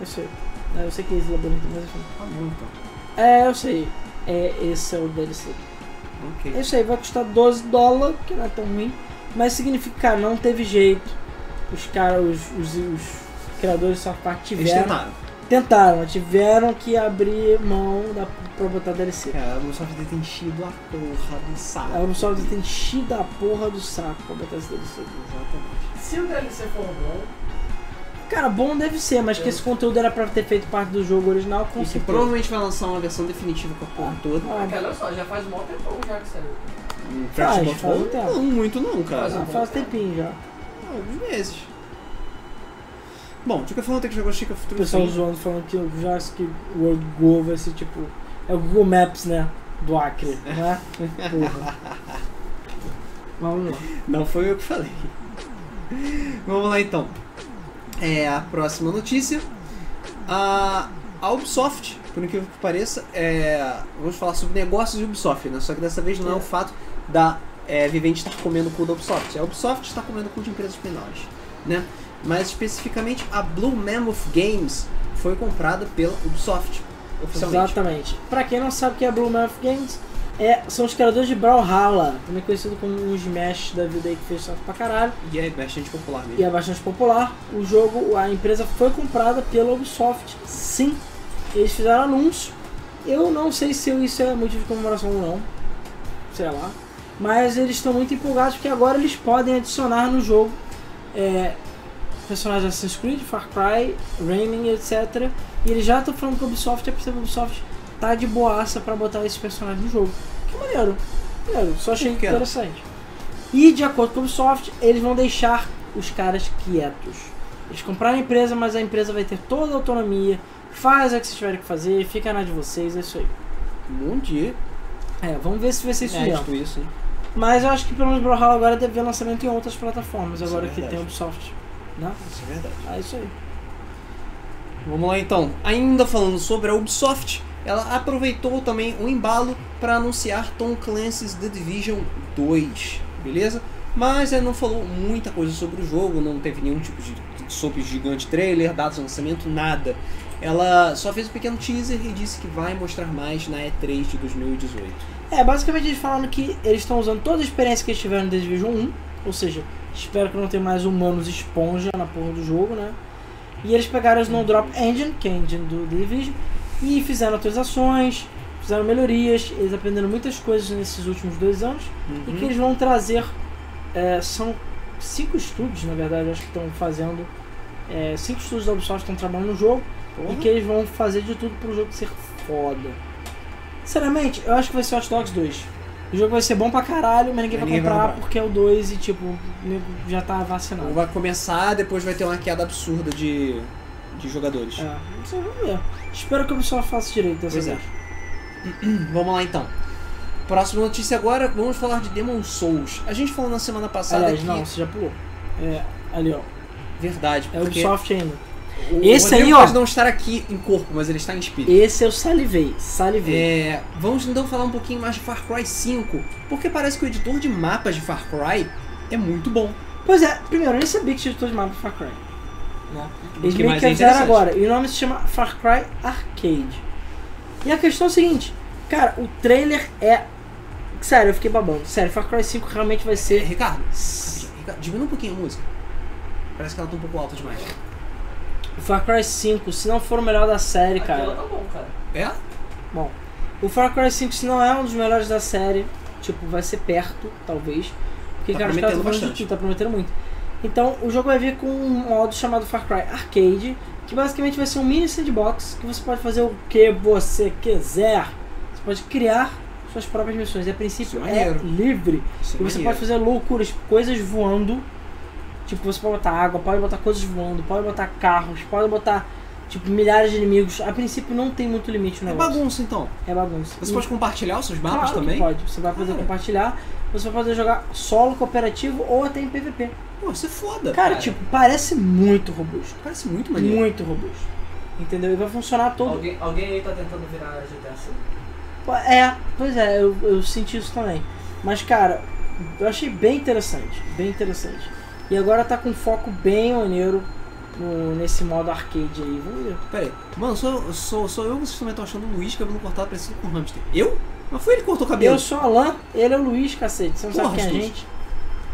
Eu sei. É, Eu sei que é Isla Bonita, mas enfim. Tá bom, então. É, eu sei. É, esse é o DLC. É Ok. isso aí, vai custar 12 dólares, que não é tão ruim. Mas significa, cara, não teve jeito. Os caras, os, os, os criadores do South Park Eles tiveram. tentaram. Tentaram, tiveram que abrir mão da, pra botar DLC. Cara, a Ubisoft deve ter enchido a porra do saco. A Ubisoft É, tem enchido a porra do saco pra botar esse DLC. Exatamente. Se o DLC for bom, Cara, bom deve ser, mas que esse conteúdo era pra ter feito parte do jogo original, com E que certeza. provavelmente vai lançar uma versão definitiva com a porra toda. Ah, cara, olha só, já faz mó tempão já que saiu. Um Faz, Crash faz Bot- um tempo. Não, muito não, Faz cara. ah, faz um tempinho já. Alguns meses. Bom, de qualquer forma, tem que jogar o Chica O Futuro. pessoal sim. zoando, falando que o Jurassic World Go vai ser tipo. É o Google Maps, né? Do Acre, né? Porra. Vamos lá. Não foi eu que falei. Vamos lá então. É a próxima notícia. A, a Ubisoft, por incrível que pareça, é, vamos falar sobre negócios de Ubisoft, né? Só que dessa vez não é o fato da é, Vivente estar comendo o cu da Ubisoft. A Ubisoft está comendo o cu de empresas menores, né? Mas especificamente a Blue Mammoth Games foi comprada pela Ubisoft, oficialmente. Exatamente. Pra quem não sabe o que é Blue Mouth Games, é, são os criadores de Brawlhalla, também conhecido como um Smash da vida aí que fez sucesso pra caralho E é bastante popular mesmo. e é bastante popular. O jogo, a empresa foi comprada pela Ubisoft, sim. Eles fizeram anúncio. Eu não sei se isso é motivo de comemoração ou não, sei lá. Mas eles estão muito empolgados porque agora eles podem adicionar no jogo é, personagens de Assassin's Creed, Far Cry, Rayman, etc. E eles já estão falando com a Ubisoft, é porque a Ubisoft tá de boaça pra botar esse personagem no jogo. Que maneiro, maneiro. só achei Bacana. interessante. E de acordo com a Ubisoft, eles vão deixar os caras quietos. Eles compraram a empresa, mas a empresa vai ter toda a autonomia, faz o que vocês tiverem que fazer, fica na de vocês, é isso aí. Bom dia. É, vamos ver se vai ser isso mesmo. Inédito isso, hein? Mas eu acho que pelo menos Brawlhalla agora deve ver lançamento em outras plataformas, Isso agora é que tem verdade. Ubisoft. Né? Isso é verdade. Ah, é isso aí. Vamos lá então. Ainda falando sobre a Ubisoft, ela aproveitou também o embalo para anunciar Tom Clancy's The Division 2, beleza? Mas ela não falou muita coisa sobre o jogo, não teve nenhum tipo de sobre gigante trailer, dados de lançamento, nada. Ela só fez um pequeno teaser e disse que vai mostrar mais na E3 de 2018. É, basicamente eles falando que eles estão usando toda a experiência que eles tiveram no The Division 1, ou seja, espero que não tenha mais humanos esponja na porra do jogo, né? E eles pegaram o Snowdrop Engine, que é a engine do The Division, e fizeram atualizações, fizeram melhorias, eles aprenderam muitas coisas nesses últimos dois anos, Uhum. e que eles vão trazer é, são cinco estúdios na verdade acho que estão fazendo é, cinco estúdios da Ubisoft estão trabalhando no jogo e que eles vão fazer de tudo pro jogo ser foda sinceramente eu acho que vai ser Hot Dogs 2 o jogo vai ser bom pra caralho mas ninguém, Ninguém vai, vai comprar comprar. porque é o 2 e tipo o nego já tá vacinado Vai começar, depois vai ter uma queda absurda de, de jogadores. é, não sei, vamos ver espero que a Ubisoft faça direito dessa Pois é. vez Vamos lá então. Próxima notícia agora, vamos falar de Demon Souls. A gente falou na semana passada aliás que... não você já pulou é, ali ó Verdade, é porque Ubisoft ainda o Esse Rodrigo aí, ó. pode não estar aqui em corpo, mas ele está em espírito. esse é eu salivei salivei É, vamos então falar um pouquinho mais de Far Cry 5, porque parece que o editor de mapas de Far Cry é muito bom. Pois é, primeiro, eu nem sabia que tinha editor de mapa pra Far Cry. Né? Eles que meio mais que é avisaram interessante. agora. E o nome se chama Far Cry Arcade. E a questão é o seguinte, cara, o trailer é. Sério, eu fiquei babando. Sério, Far Cry 5 realmente vai É, ser. Ricardo, rapidinho, Ricardo, diminua um pouquinho a música. Parece que ela tá um pouco alta demais. Far Cry 5, se não for o melhor da série, aquilo cara. tá bom, cara. É? Bom, o Far Cry 5, se não é um dos melhores da série, tipo, vai ser perto, talvez. Porque, Tá cara, os prometendo caras estão falando de bastante. tudo, tá prometendo muito. Então, o jogo vai vir com um modo chamado Far Cry Arcade, que basicamente vai ser um mini sandbox que você pode fazer o que você quiser. Você pode criar suas próprias missões. E a princípio Isso é é maneiro. livre. Isso é E você maneiro. pode fazer loucuras, coisas voando. Tipo, você pode botar água, pode botar coisas voando, pode botar carros, pode botar tipo milhares de inimigos. A princípio não tem muito limite no É um negócio. bagunça então. É bagunça. Você E- pode compartilhar os seus claro mapas que também? Ah. Pode. Você vai poder Cara. compartilhar, você vai poder jogar solo, cooperativo ou até em PVP. Pô, isso é foda. Cara, tipo, parece muito robusto. Parece muito maneiro. Muito robusto. Entendeu? E vai funcionar todo. Alguém, alguém aí tá tentando virar GTA V. É, pois é, eu, eu senti isso também. Mas, cara, eu achei bem interessante, bem interessante. E agora tá com foco bem maneiro no- nesse modo arcade aí, vamos ver. Pera aí. Mano, sou, sou, sou eu que vocês também estão achando o Luiz cabelo cortado parecido com o hamster. Eu? Mas foi ele que cortou o cabelo. Eu sou o Alan, ele é o Luiz, cacete. Você não Tá Porra, sabe quem é a Luiz. gente?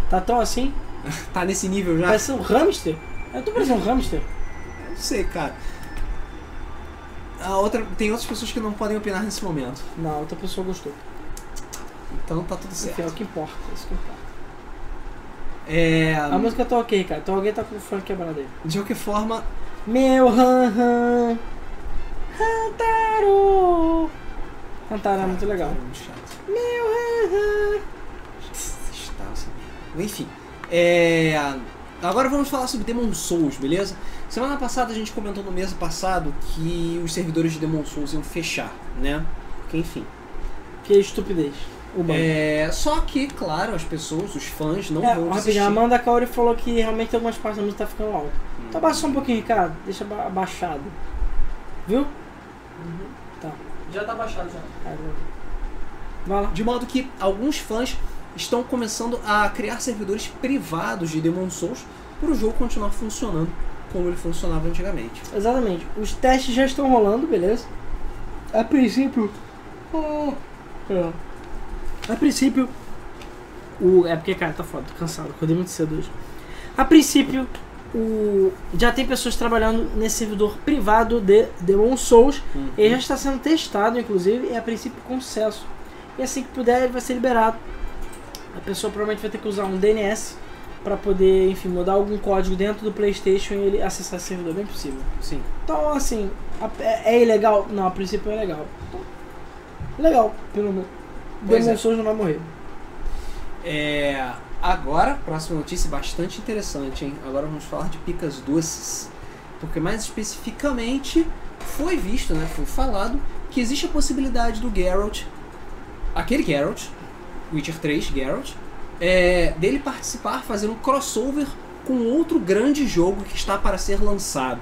Tá tão assim? Tá nesse nível já? Parece um hamster? Eu tô parecendo um hamster. Não sei, cara. A outra, tem outras pessoas que não podem opinar nesse momento. Não, outra pessoa gostou. Então tá tudo Enfim, é o certo. que importa, é isso que importa. É, A música tá ok, cara. Então alguém tá com o fone quebrado aí. de qualquer forma, Meu han han. Hantaro. Hantaro é muito legal. É muito chato. Meu han han. Está, assim. Enfim. É, agora vamos falar sobre Demon Souls, beleza? Semana passada a gente comentou no mês passado que os servidores de Demon Souls iam fechar, né? Porque, enfim. Que é estupidez. Humana. É, só que, claro, as pessoas, os fãs, não É, vão rapidinho, desistir. a Amanda Kaori falou que realmente algumas partes da música tá ficando alta. Hum. Então abaixa só um pouquinho, Ricardo. Deixa aba- abaixado. Viu? Já tá baixado já. Aí, vai. Vai lá. De modo que alguns fãs estão começando a criar servidores privados de Demon Souls para o jogo continuar funcionando como ele funcionava antigamente. Exatamente. Os testes já estão rolando, beleza? A princípio. ah, perdão. A princípio. O, é porque, cara, tá foda, tô cansado, acordei muito cedo hoje. A princípio, o, já tem pessoas trabalhando nesse servidor privado de Demon Souls. Uhum. Ele já está sendo testado, inclusive, e a princípio com sucesso. E assim que puder, ele vai ser liberado. A pessoa provavelmente vai ter que usar um DNS para poder, enfim, mudar algum código dentro do PlayStation e ele acessar esse servidor, é bem possível. Sim. Então, assim, a- é, é ilegal? Não, a princípio é legal. Legal, pelo menos. Pois Demon é. Souls não vai morrer. É, agora, próxima notícia bastante interessante, hein? Agora vamos falar de picas doces. Porque mais especificamente foi visto, né? Foi falado que existe a possibilidade do Geralt, aquele Geralt, Witcher 3 Geralt, é, dele participar fazendo um crossover com outro grande jogo que está para ser lançado.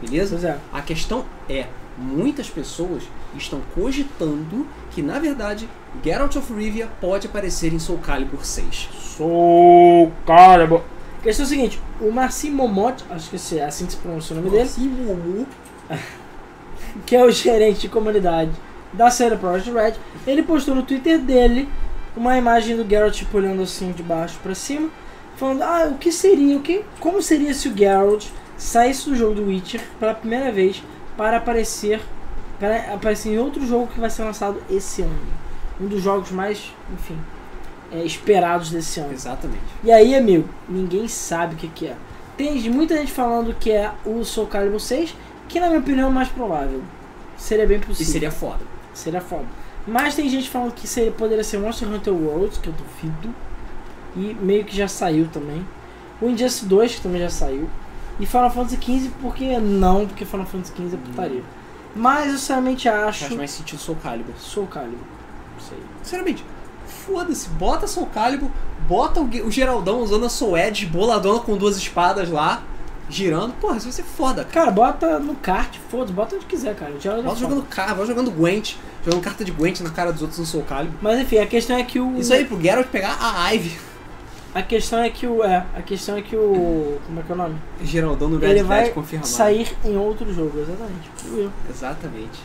Beleza? Pois é. A questão é, muitas pessoas estão cogitando que, na verdade, Geralt of Rivia pode aparecer em Soul Calibur 6. Sou caramba. A questão é o seguinte, o Marcin Momot, acho que esse é assim que se pronuncia o nome dele, Sim, Mumu. que é o gerente de comunidade da série Project Red, ele postou no Twitter dele uma imagem do Geralt tipo, olhando assim de baixo pra cima, falando, ah, o que seria, o que, como seria se o Geralt saísse do jogo do Witcher pela primeira vez para aparecer, para aparecer em outro jogo que vai ser lançado esse ano. Um dos jogos mais, enfim, é, esperados desse ano. Exatamente. E aí, amigo, ninguém sabe o que, que é. Tem de- muita gente falando que é o Soul Calibur 6, que na minha opinião é o mais provável. Seria bem E possível. seria foda. Seria foda. Mas tem gente falando que seria, poderia ser Monster Hunter World, que eu duvido. E meio que já saiu também. O Injustice 2, que também já saiu. E Final Fantasy XV, porque não, porque Final Fantasy Hum. XV é putaria. Mas eu sinceramente acho. Faz mais sentido Soul Calibur. Soul Calibur. Não sei. Sinceramente, foda-se. Bota Soul Calibur, bota o, Ge- o Geraldão usando a Soul Edge boladona com duas espadas lá, girando. Porra, isso vai ser foda, cara. Cara, bota no kart, foda-se, bota onde quiser, cara. Já Bota jogando carro, vai jogando Gwent, jogando carta de Gwent na cara dos outros no Soul Calibur. Mas enfim, a questão é que o. Isso aí pro Geralt pegar a Ivy. A questão é que o. É, a questão é que o. Como é que é o nome? Geraldão no Ele Red vai Dead confirmado. sair em outro jogo, exatamente. Tipo eu. Exatamente.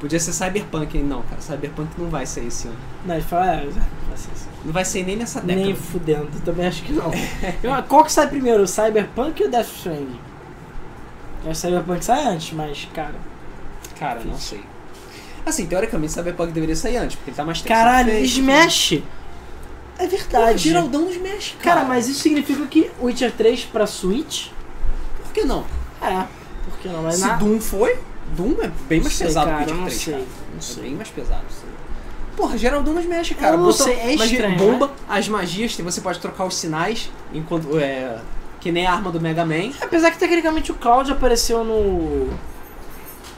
Podia ser Cyberpunk, hein? Não, cara, Cyberpunk não vai sair esse ano. Não, ele fala, é, vai ser isso. Não vai sair nem nessa década. Nem fudendo, também acho que não. Eu- qual que sai primeiro, o Cyberpunk ou o Death Stranding? Eu acho que o Cyberpunk sai antes, mas, cara. Cara, não sei. Assim, teoricamente, Cyberpunk deveria sair antes, porque ele tá mais tempo Caralho, sendo feito. Smash! É Pô, verdade. Geraldão nos mexe, cara. Cara, mas isso significa que Witcher 3 pra Switch? Por que não? É, por que não? Mas Se na... Doom foi, Doom é bem mais Não sei, pesado cara, que o eu não 3, sei, cara. não É sei. bem mais pesado. Porra, Geraldão nos mexe, cara. Eu não Botou sei, é magia- estranho, bomba, as magias, tem- você pode trocar os sinais, enquanto é, que nem a arma do Mega Man. Apesar que tecnicamente o Cloud apareceu no.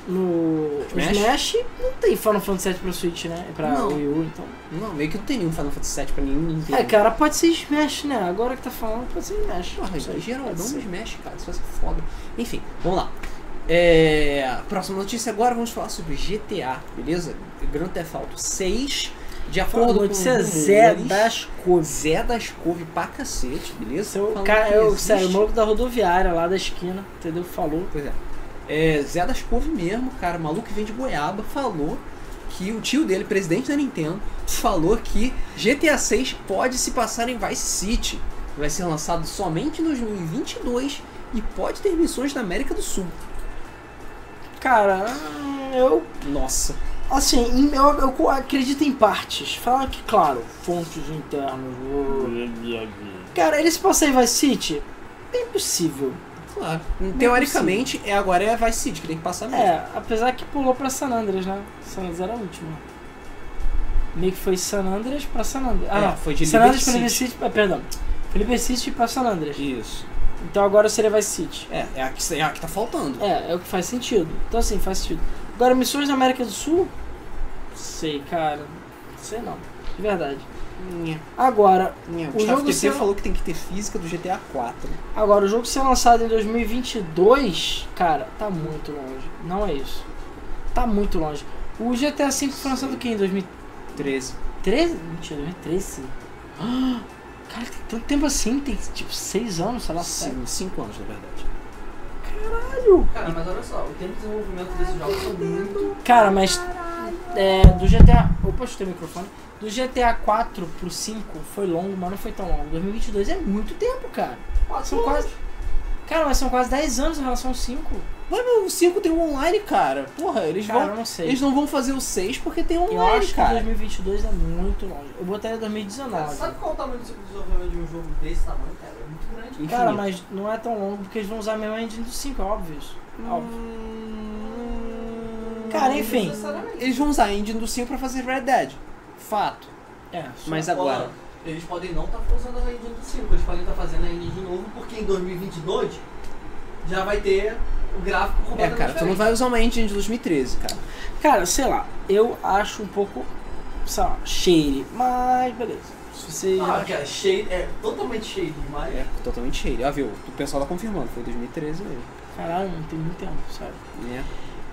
no Smash? Smash? não tem Final Fantasy VII pra Switch, né? Pra Não. Wii U, então. Não, meio que não tem nenhum Final Fantasy VII pra nenhum Nintendo. É, cara, pode ser Smash, né? Agora que tá falando, pode ser Smash. Porra, Não sei, Geraldão pode ser. Smash, cara, isso vai ser foda. Enfim, vamos lá. É, próxima notícia agora, vamos falar sobre GTA, beleza? Grand Theft Auto 6, de acordo Pô, com notícia rumores, Zé das coisas. Zé das couve pra cacete, beleza? Seu, Falando cara, que eu, existe- sério, o maluco da rodoviária lá da esquina, entendeu? Falou. Pois é. É, Zé das couve mesmo, cara, o maluco que vem de Goiaba, falou que o tio dele, presidente da Nintendo, falou que GTA 6 pode se passar em Vice City. Vai ser lançado somente em 2022 e pode ter missões na América do Sul. Cara, hum, eu Nossa. Assim, em- eu, eu acredito em partes. Fala que, claro, fontes internas. uh. Cara, ele se passa em Vice City? É impossível. Claro. Teoricamente, é agora é Vice City que tem que passar mesmo. É, apesar que pulou pra San Andreas, né? San Andreas era a última. Meio que foi San Andreas pra San Andreas. Ah, É, não. foi de San Andreas pra Liberty Liberty City. ah, perdão. Foi Liberty City pra San Andreas. Isso. Então agora seria Vice City. É, é a que, é a que tá faltando. É, é o que faz sentido. Então assim, faz sentido. Agora, missões na América do Sul? Sei, cara. Sei não. De verdade. Nha, Agora, nha. O jogo Gustavo TT seu- falou que tem que ter física do GTA 4. Agora, o jogo ser lançado em 2022, cara, tá muito longe. Não é isso. Tá muito longe. O GTA V foi lançado o quê? Em 13. 2013? Mentira, 2013. Ah, Cara, tem tanto tempo assim. Tem tipo 6 anos, sei lá. Sim, 5 anos, na verdade. Cara, mas olha só, o tempo de desenvolvimento desses jogos são muito. Cara, mas é, do GTA... Opa, chutei o microfone. Do GTA 4 pro 5 foi longo, mas não foi tão longo. 2022 é muito tempo, cara. São quase... Cara, mas são quase 10 anos em relação ao 5. Mas meu, o 5 tem o online, cara. Porra, eles Cara, eu vão. não sei. Eles não vão fazer o 6 porque tem um Eu online, acho que cara. 2022 é muito longe. Eu botaria Cara, 2019. sabe qual é o tamanho do ciclo de desenvolvimento de um jogo desse tamanho, cara? É muito grande. Cara, Infinito. mas não é tão longo porque eles vão usar a mesma engine do 5, é óbvio. isso. Óbvio. Hum... Cara, enfim. Necessariamente. Eles vão usar a engine do 5 pra fazer Red Dead. Fato. É, só- Mas agora. Eles podem não estar usando a engine do 5, eles podem estar fazendo a engine de novo, porque em 2022 já vai ter o gráfico É, cara, completamente tu não diferente. vai usar uma engine de 2013, cara. Cara, sei lá, eu acho um pouco, sei lá, shady, mas beleza. Se você Ah, cara, shade, é totalmente shade demais. É, totalmente cheio. Ah, viu? O pessoal tá confirmando, foi 2013 mesmo. Caralho, não tem muito tempo, sabe? Né?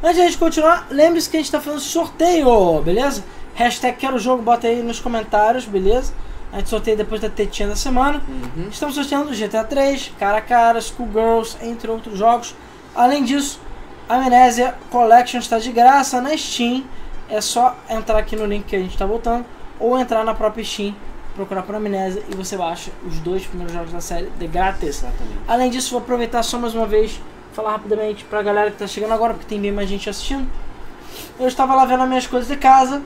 Antes de a gente continuar, lembre-se que a gente tá fazendo sorteio, beleza? Hashtag quero o jogo, bota aí nos comentários, beleza? A gente sorteia depois da tetinha da semana. Uhum. Estamos sorteando GTA 3, Cara a Cara, Schoolgirls, entre outros jogos. Além disso, a Amnésia Collection está de graça na Steam. É só entrar aqui no link que a gente está botando ou entrar na própria Steam, procurar por Amnésia e você baixa os dois primeiros jogos da série de grátis. Exatamente. Além disso, vou aproveitar só mais uma vez falar rapidamente pra galera que tá chegando agora, porque tem bem mais gente assistindo. Eu estava lá vendo as minhas coisas de casa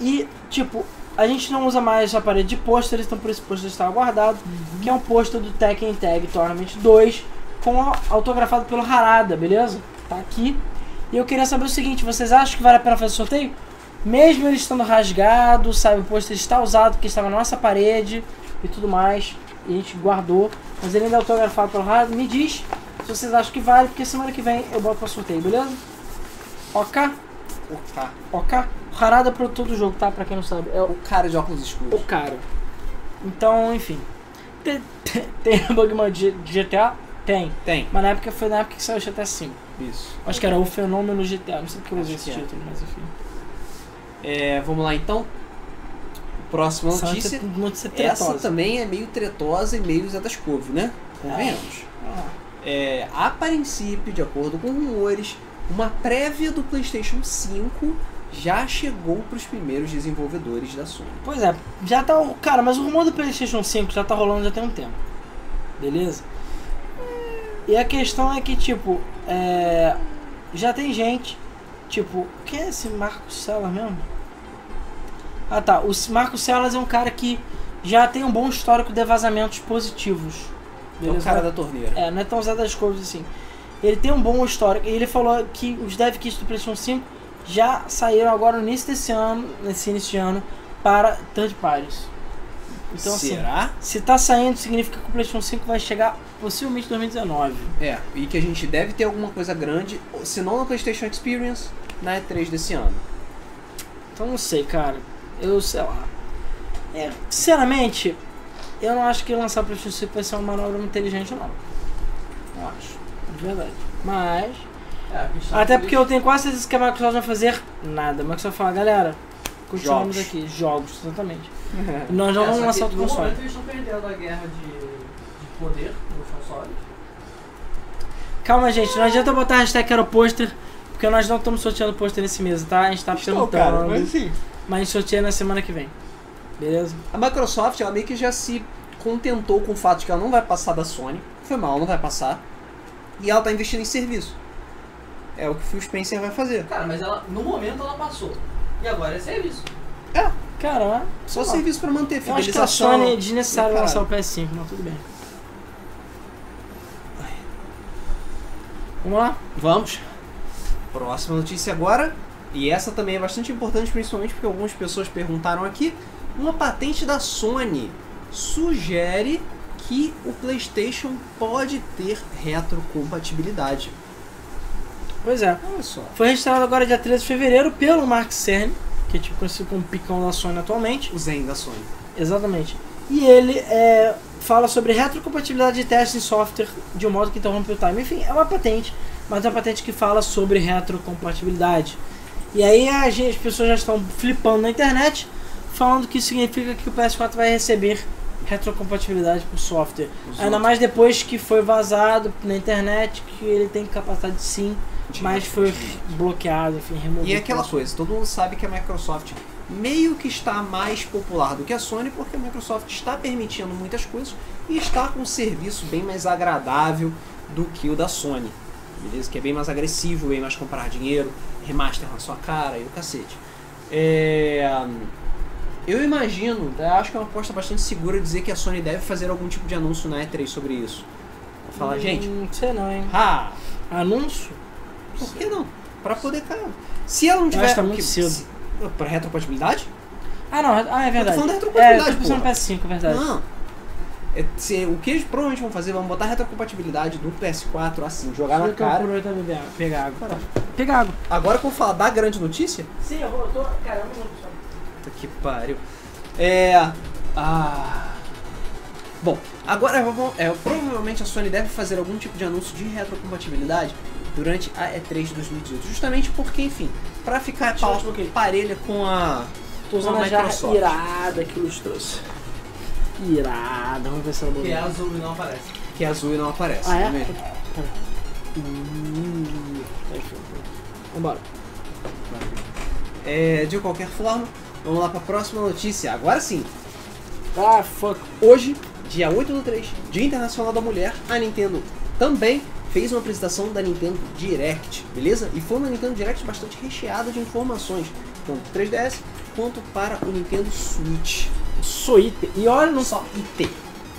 e, tipo, a gente não usa mais a parede de pôsteres, então por esse pôster está guardado, que é um pôster do Tekken Tag Tournament 2, com a- autografado pelo Harada, beleza? Tá aqui. E eu queria saber o seguinte, vocês acham que vale a pena fazer sorteio? Mesmo ele estando rasgado, sabe, o pôster está usado porque estava na nossa parede e tudo mais, e a gente guardou, mas ele ainda é autografado pelo Harada, me diz se vocês acham que vale, porque semana que vem eu boto pra sorteio, beleza? Ok? O, ca... Ok? O Harada é produtor do jogo, tá? Pra quem não sabe, é o o cara de óculos escuros. o cara. Então, enfim. Tem, tem, tem Bugman de de GTA? Tem. Tem. Mas na época foi na época que saiu o GTA V. Isso. Acho que era o fenômeno GTA. Não sei porque eu usei Acho esse que é. título, mas enfim. É, vamos lá então. Próxima notícia. Essa notícia Essa tretosa. também é meio tretosa e meio Zé das Couve, né? Convenhamos. Ah, É, a princípio, de acordo com rumores, uma prévia do PlayStation 5 já chegou para os primeiros desenvolvedores da Sony. Pois é, já tá. o- Cara, mas o rumor do PlayStation 5 já tá rolando já tem um tempo. Beleza? E a questão é que, tipo, é, já tem gente. Tipo, quem é esse Marcos Celas mesmo? Ah tá, o S- Marcos Celas é um cara que já tem um bom histórico de vazamentos positivos. é o cara da torneira. É, não é tão Zé das Couves assim. Ele tem um bom histórico. E ele falou que os dev kits do PlayStation 5 já saíram agora no início desse ano, nesse início de ano, para third parties. Então, assim, Será? se tá saindo, significa que o PlayStation 5 vai chegar possivelmente em 2019. É, e que a gente deve ter alguma coisa grande, ou- se não na PlayStation Experience, na E3 desse ano. Então não sei, cara. Eu sei lá. É, sinceramente, eu não acho que lançar PlayStation 5 vai ser uma manobra muito inteligente, não. Não acho. De verdade. Mas. É, porque está Até por porque eu tenho quase certeza que a Microsoft vai fazer nada. A Microsoft fala, galera, continuamos Jogos. aqui. Jogos, exatamente. Nós É, né? não só vamos que lançar outro no console. momento eles estão perdendo a guerra de, de poder nos consoles. Calma, gente, não adianta botar a hashtag era o pôster, porque nós não estamos sorteando pôster nesse mês, tá? A gente tá tentando, sim. mas assim, a gente sorteia na semana que vem. Beleza? A Microsoft, ela meio que já se contentou com o fato de que ela não vai passar da Sony. Foi mal, não vai passar. E ela tá investindo em serviço. É o que o Phil Spencer vai fazer. Cara, mas ela, no momento ela passou. E agora é serviço. Cara, Só Sei lá. serviço pra manter eu acho que a fidelização. Sony é desnecessário Caralho. lançar o PS5, mas tudo bem. Vamos lá? Vamos. Próxima notícia agora. E essa também é bastante importante, principalmente porque algumas pessoas perguntaram aqui. Uma patente da Sony sugere que o PlayStation pode ter retrocompatibilidade. Pois é. Olha só. Foi registrado agora dia 13 de fevereiro pelo Mark Cerny, que é tipo conhecido como picão da Sony atualmente. O Zen da Sony. Exatamente. E ele é, fala sobre retrocompatibilidade de testes em software de um modo que interrompe o time. Enfim, é uma patente, mas é uma patente que fala sobre retrocompatibilidade. E aí a gente- as pessoas já estão flipando na internet, falando que isso significa que o PS4 vai receber retrocompatibilidade por software. Os Ainda mais depois que foi vazado na internet que ele tem capacidade sim, outros mas foi bloqueado, enfim, removido. E é aquela coisa, todo mundo sabe que a Microsoft meio que está mais popular do que a Sony, porque a Microsoft está permitindo muitas coisas e está com um serviço bem mais agradável do que o da Sony. Beleza? Que é bem mais agressivo, bem mais comprar dinheiro, remaster na sua cara e o cacete. É, Eu imagino, tá? acho que é uma aposta bastante segura dizer que a Sony deve fazer algum tipo de anúncio na E3 sobre isso. Pra Falar, gente, Não Hum, sei não, hein? ah, Anúncio? por que não? Pra poder, cara. Se ela não tiver. acho que tá muito que- cedo. se- Pra retrocompatibilidade? Ah, não, ah, é verdade. falando da é, retrocompatibilidade, eu tô pensando no porra. PS5, é verdade. Não. É, se- o que eles provavelmente vão fazer, vão botar a retrocompatibilidade do PS4 assim, jogar Deixa na eu cara. aproveitar e beber água. Pegar água. Pegar água. Agora que eu vou falar da grande notícia. Sim, eu vou. Eu tô, cara, um eu não vou deixar. Puta que pariu. É. Ah. Bom, agora vamos- é, provavelmente a Sony deve fazer algum tipo de anúncio de retrocompatibilidade durante a E3 de 2018. Justamente porque, enfim, pra ficar Deixa eu pau- desbloquear. parelha com a. Tô usando com a a jarra Microsoft. irada que nos trouxe. Irada, vamos ver se ela Porque é botou. azul e não aparece. Que é azul e não aparece. Ah, é? Vamos ver. Tá, enfim. Vambora. É, de qualquer forma, vamos lá para a próxima notícia. Agora sim, Ah, fuck. hoje, dia 8 do 3, Dia Internacional da Mulher, a Nintendo também fez uma apresentação da Nintendo Direct, beleza? E foi uma Nintendo Direct bastante recheada de informações, tanto pro 3DS quanto para o Nintendo Switch. Só IT. E olha, não Só IT.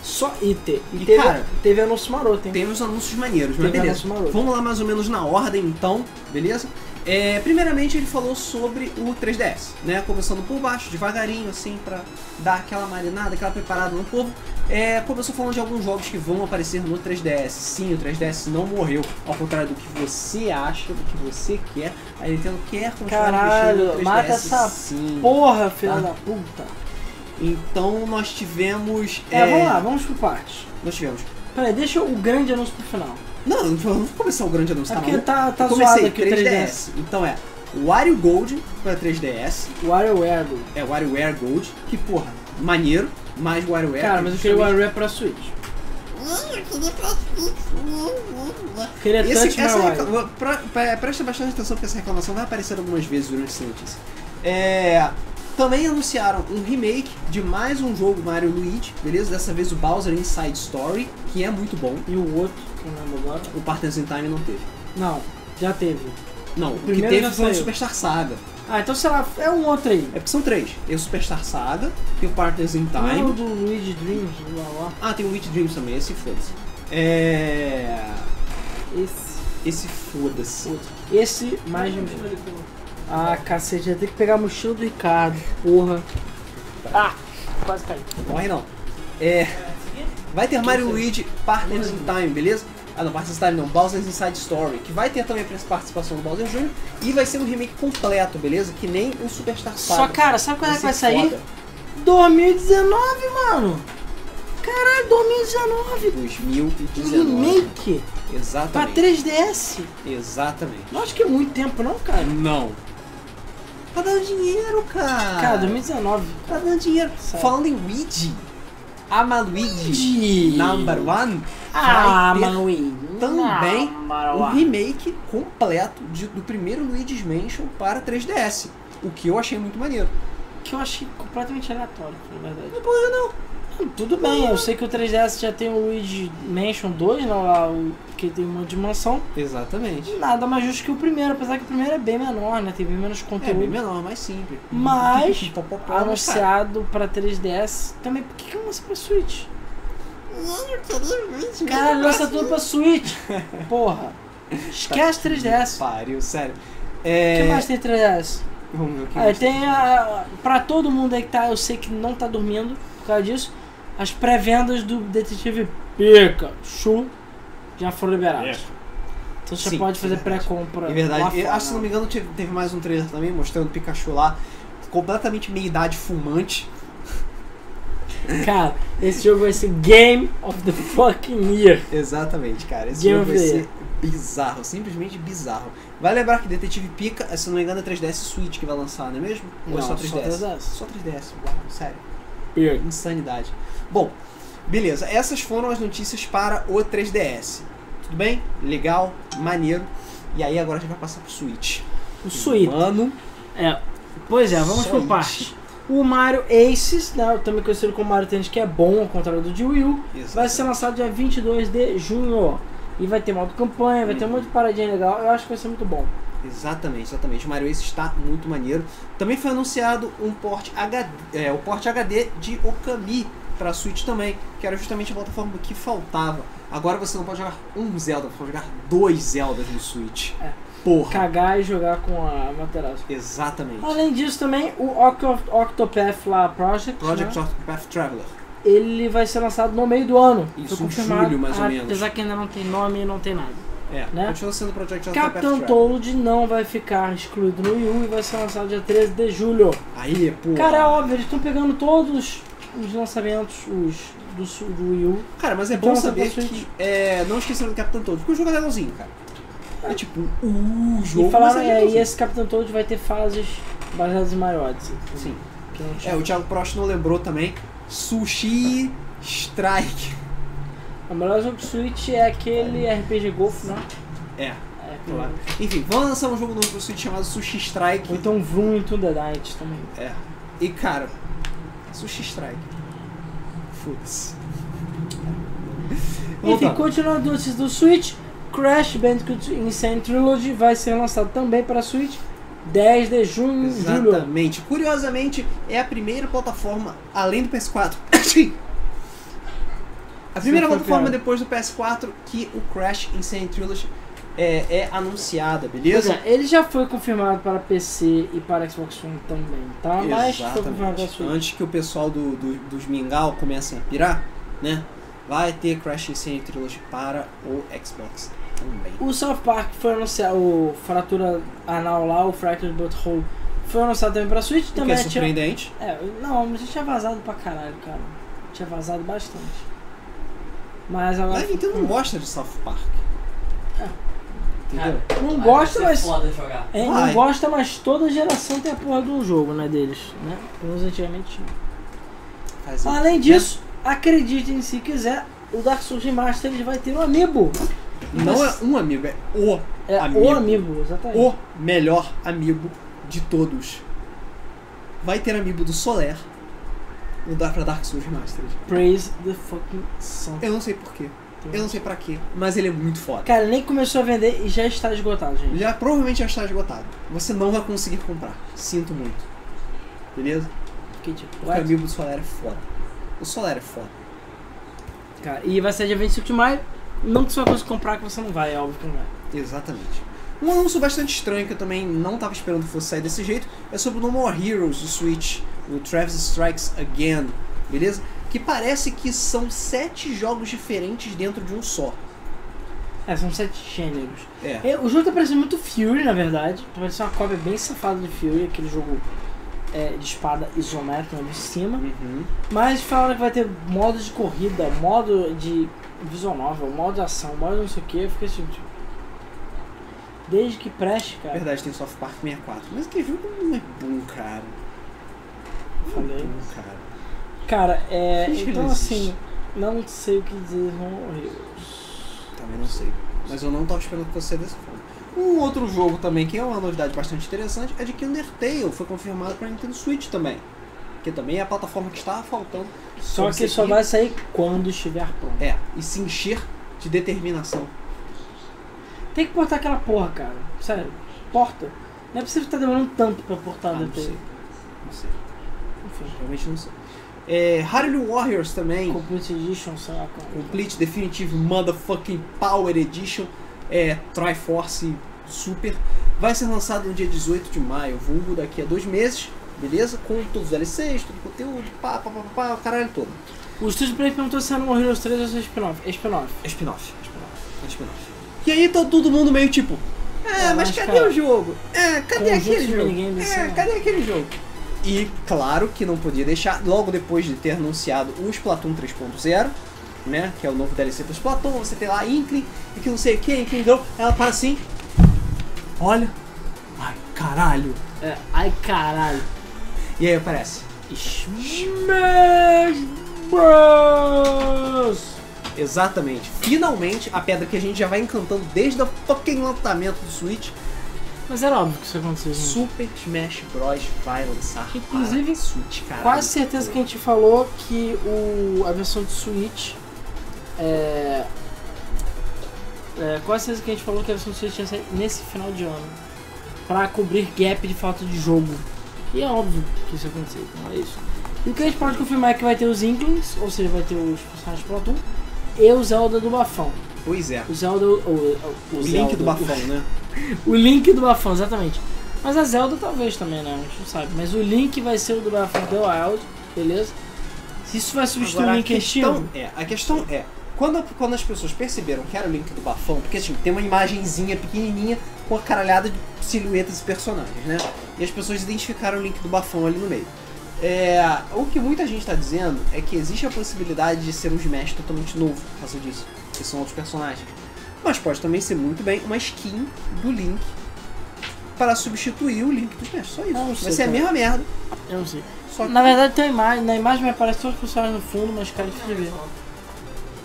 só IT. E, E, teve, cara, teve anúncio maroto, hein? Temos anúncios maneiros, mas Teve beleza. anúncio maroto. Vamos lá mais ou menos na ordem então, beleza? É, primeiramente ele falou sobre o 3DS, né? Começando por baixo, devagarinho, assim, pra dar aquela marinada, aquela preparada no povo. É, começou falando de alguns jogos que vão aparecer no 3DS. Sim, o 3DS não morreu, ao contrário do que você acha, do que você quer. A Nintendo quer continuar Caralho, investindo no 3DS. mata essa sim. Porra, filha Ah. da puta. Então nós tivemos. É, vamos lá, vamos por partes. Nós tivemos. Peraí, deixa o grande anúncio pro final. Não, não vamos começar o grande anúncio, É tá porque maluco? tá, tá Eu comecei zoado aqui o 3DS. Então é Wario Gold pra 3DS, WarioWare, do- é WarioWare Gold, que porra, maneiro, mais WarioWare. É, é Cara, mas eu queria o WarioWare pra Switch. Queria Touch Esse, essa My né, Wario. reclama- pra- pra- Presta bastante atenção porque essa reclamação vai aparecer algumas vezes durante essa notícia. É, também anunciaram um remake de mais um jogo Mario e Luigi, beleza? Dessa vez o Bowser Inside Story, que é muito bom. E o outro, que eu não lembro agora. O Partners in Time não teve. Não, já teve. Não, o que primeiro teve já foi o saiu. Superstar Saga. Ah, então sei lá, é um outro aí. É porque são três. Tem o Superstar Saga, tem o Partners in Não é Time. o do Luigi Dreams, lá lá. Ah, tem o Witch Dreams também, esse foda-se. É. Esse. Esse foda-se. Esse mais de um. Ele ficou- Ah, cacete, já tem que pegar a mochila do Ricardo, porra. Ah! Quase caí. Morre não. É, vai ter Mario e Luigi Partners in Time, beleza? Ah não, Partners in Time não, Bowser's Inside Story, que vai ter também a participação do Bowser Jr. E vai ser um remake completo, beleza? Que nem o Superstar Só, Saga. cara, sabe quando é que vai sair? foda. 2019, mano! Caralho, 2019! Um 2019. remake pra Exatamente. 3DS! Exatamente. Não acho que é muito tempo, não, cara. Não. Tá dando dinheiro, cara. Cara, 2019. Tá dando dinheiro. Sabe. Falando em Luigi, a Luigi G. Number One Ah, vai ter Manuinho. também Number um one. remake completo de- do primeiro Luigi's Mansion para 3DS. O que eu achei muito maneiro. Que eu achei completamente aleatório, na verdade. Porra, não. Tudo bem, eu sei que o 3DS já tem o Luigi Mansion 2, não, lá, o, que tem um uma dimensão. Exatamente. Nada mais justo que o primeiro, apesar que o primeiro é bem menor, né? Tem bem menos É bem conteúdo. menor, mais simples. Mas, Pó, pó, pó, pó, cara. anunciado pra 3DS, também, por que que não lança pra Switch? Caralho, lança tudo pra Switch! Porra! Esquece 3DS. Pariu, sério. O É... que mais tem 3DS? Vamos ver o que Ah, mais tem. tem a. Pra todo mundo aí que tá, eu sei que não tá dormindo por causa disso. As pré-vendas do Detetive Pikachu já foram liberadas. Então você Sim, pode fazer é verdade. pré-compra. É lá verdade. Eu, fora, acho, se não me engano, teve, teve mais um trailer também mostrando o Pikachu lá, completamente meia-idade fumante. né? Cara, esse jogo vai ser Game of the Fucking Year. Exatamente, cara. Esse Game jogo vai of the ser bizarro, simplesmente bizarro. Vai lembrar que Detetive Pika, se não me engano, é 3DS Switch que vai lançar, não é mesmo? Ou é Não, só só 3DS? 3DS. Só 3DS, uau, sério. Insanidade. Bom, beleza. Essas foram as notícias para o 3DS. Tudo bem? Legal, maneiro. E aí agora a gente vai passar pro Switch. O Switch. Mano, É. Pois é, vamos por Switch. parte. O Mario Aces, né, também conhecido como Mario Tennis, que é bom, ao contrário do de Wii U, Vai ser lançado dia 22 de junho. E vai ter modo campanha, vai ter um monte de paradinha legal. Eu acho que vai ser muito bom. Exatamente, exatamente. O Mario Ace está muito maneiro. Também foi anunciado um port HD, é, o port HD de Okami para Switch também, que era justamente a plataforma que faltava. Agora você não pode jogar um Zelda, você pode jogar dois Zeldas no Switch. É. Porra. Cagar e jogar com a Materaço. Exatamente. Além disso também, o Oct- Octopath lá, Project, Project né, Octopath Traveler. ele vai ser lançado no meio do ano. Isso, Foi em confirmado, julho, mais ou menos. Apesar que ainda não tem nome e não tem nada. É, Né? continua sendo Project Octopath Capitão Traveler. Toad não vai ficar excluído no Wii U e vai ser lançado dia 13 de julho. Aí, porra. Cara, é óbvio, eles estão pegando todos os lançamentos os do, su- do Wii U. Cara, mas é Então, bom lançou saber pra Switch. que é, não esqueceram do Capitão Toad, porque o jogo é legalzinho, cara. É tipo, o jogo E falaram, mas é, e legalzinho. esse Capitão Toad vai ter fases baseadas em assim. Mario Odyssey. Sim. Que não É, tinha. o Thiago Prost não lembrou também. Sushi Strike. O melhor jogo do Switch é aquele RPG Golf, né? É, É, claro. Enfim, vamos lançar um jogo novo pro Switch chamado Sushi Strike. Ou então Vroom into the Night também. É. E cara, Sushi Strike. Foda-se. Enfim, Voltando. continuando as notícias do Switch, Crash Bandicoot Insane Trilogy vai ser lançado também para Switch 10 de junho. julho. Exatamente. Curiosamente, é a primeira plataforma, além do PS4. a primeira Sim, foi plataforma piada. depois do PS4 que o Crash Insane Trilogy é, é anunciada, Pois beleza? é, ele já foi confirmado para PC e para Xbox One também, tá? Mas foi confirmado para Exatamente. Switch. Antes que o pessoal do, do- dos Mingau comecem a pirar, né? Vai ter Crash Insane Trilogy para o Xbox também. O South Park foi anunciado, o Fratura Anal lá, o Fractured Butthole, foi anunciado também para Switch. O que é Também tinha, surpreendente. É, não, mas já tinha vazado pra caralho, cara. Tinha vazado bastante. Mas agora. Mas a Nintendo não gosta de South Park. É. Entendeu? Não gosta, vai mas. ser foda jogar. É, não Vai. gosta, mas toda geração tem a porra de um jogo, né, deles, né? Pelo menos antigamente tinha. Faz Além disso, acreditem se quiser, o Dark Souls Remastered ele vai ter um amiibo. não é um amigo, é o, É Amiibo. o amiibo, exatamente. o melhor amigo de todos. Vai ter amigo do Soler. Não dá pra Dark Souls Mastered. Praise the fucking sun. Eu não sei porquê. Eu não sei pra quê. Mas ele é muito foda. Cara, nem começou a vender e já está esgotado, gente. Já é provavelmente já está esgotado. Você não vai conseguir comprar. Sinto muito. Beleza? Que tipo, O what? amigo do Solar é foda. O Solar é foda. Cara, e vai ser dia 25 de maio. Não que você vai conseguir comprar, que você não vai, é óbvio que não vai. Exatamente. Um anúncio bastante estranho que eu também não estava esperando que fosse sair desse jeito é sobre o No More Heroes do Switch. o Travis Strikes Again, beleza? Que parece que são sete jogos diferentes dentro de um só. É, são sete gêneros. É. É, o jogo tá parecendo muito Fury, na verdade. Tá parecendo uma cópia bem safada de Fury, aquele jogo é, de espada isométrica né, de cima. Uhum. Mas falaram que vai ter modo de corrida, modo de visual novel, modo de ação, modo de não sei o que. Eu fiquei assim, tipo... Desde que preste, cara. É Verdade, tem Soft Park 64. Mas aquele jogo não é bom, cara. Falei. Não é bom, cara. Cara, é... Finge que Então, não existe. assim... Não sei o que dizer, não Heroes. Também não sei. Mas eu não tava esperando que você desse forma. Um outro jogo também que é uma novidade bastante interessante é de que Undertale foi confirmado para Nintendo Switch também. Que também é a plataforma que estava faltando. Só que Conseguir- só vai sair quando estiver pronto. É, e se encher de determinação. Tem que portar aquela porra, cara. Sério, porta. Não é possível estar demorando tanto pra portar Ah, o não DT. sei. Não sei. Enfim, Realmente não sei. É, Hyrule Warriors também. Complete Edition, sei lá como. Complete Definitive Motherfucking Power Edition é, Triforce Super. Vai ser lançado no dia 18 de maio, vulgo daqui a dois meses, beleza? Com todos os LCs, todo o conteúdo, pá, pá, pá, pá, pá, o caralho todo. O Studio Play perguntou se era um Heroes 3 ou se é spin-off. É spin-off. Spin-off, spin-off, um spin-off. E aí tá todo mundo meio tipo, é, Ah, mas mas, cadê cara, o jogo? É, cadê conjunto aquele de jogo? minigames, É, assim, cadê aquele jogo? E claro que não podia deixar, logo depois de ter anunciado o Splatoon 3.0, né? Que é o novo DLC pro Splatoon, você tem lá a Inkling e que não sei quem, Inkling Girl, ela para assim. Olha, ai caralho! É, ai caralho. E aí aparece. Smash Bros! Exatamente. Finalmente a pedra que a gente já vai encantando desde o fucking lançamento do Switch, Mas era óbvio que isso né? ia acontecer, gente. Super Smash Bros. vai lançar. para Inclusive, Switch, caralho. Quase certeza que a gente falou que o, a versão de Switch é, é, Quase certeza que a gente falou que a versão de Switch ia sair nesse final de ano. Pra cobrir gap de falta de jogo. E é óbvio que isso ia acontecer, então é isso. E o que a gente pode confirmar é que vai ter os Inklings, ou seja, vai ter os personagens Platoon, e o Zelda do Bafão. Pois é. O Zelda. O, o, o O Zelda- link do bafão, né? o Link do Bafão, exatamente. Mas a Zelda talvez também, né? A gente não sabe. Mas o Link vai ser o do Bafão The Wild, beleza? Se isso vai substituir um Agora, o a Link questão antigo, é, a questão é, quando, quando as pessoas perceberam que era o link do bafão, porque assim, tem uma imagenzinha pequenininha com a caralhada de silhuetas e personagens, né? E as pessoas identificaram o link do bafão ali no meio. É, o que muita gente está dizendo é que existe a possibilidade de ser um Smash totalmente novo por causa disso, que são outros personagens. Mas pode também ser muito bem uma skin do Link para substituir o Link do Smash, só isso. Não sei, Vai ser a cara. mesma merda, eu não sei. só que... Na verdade tem a imagem, na imagem me aparece todos os personagens no fundo, mas cara, deixa eu ver. Só.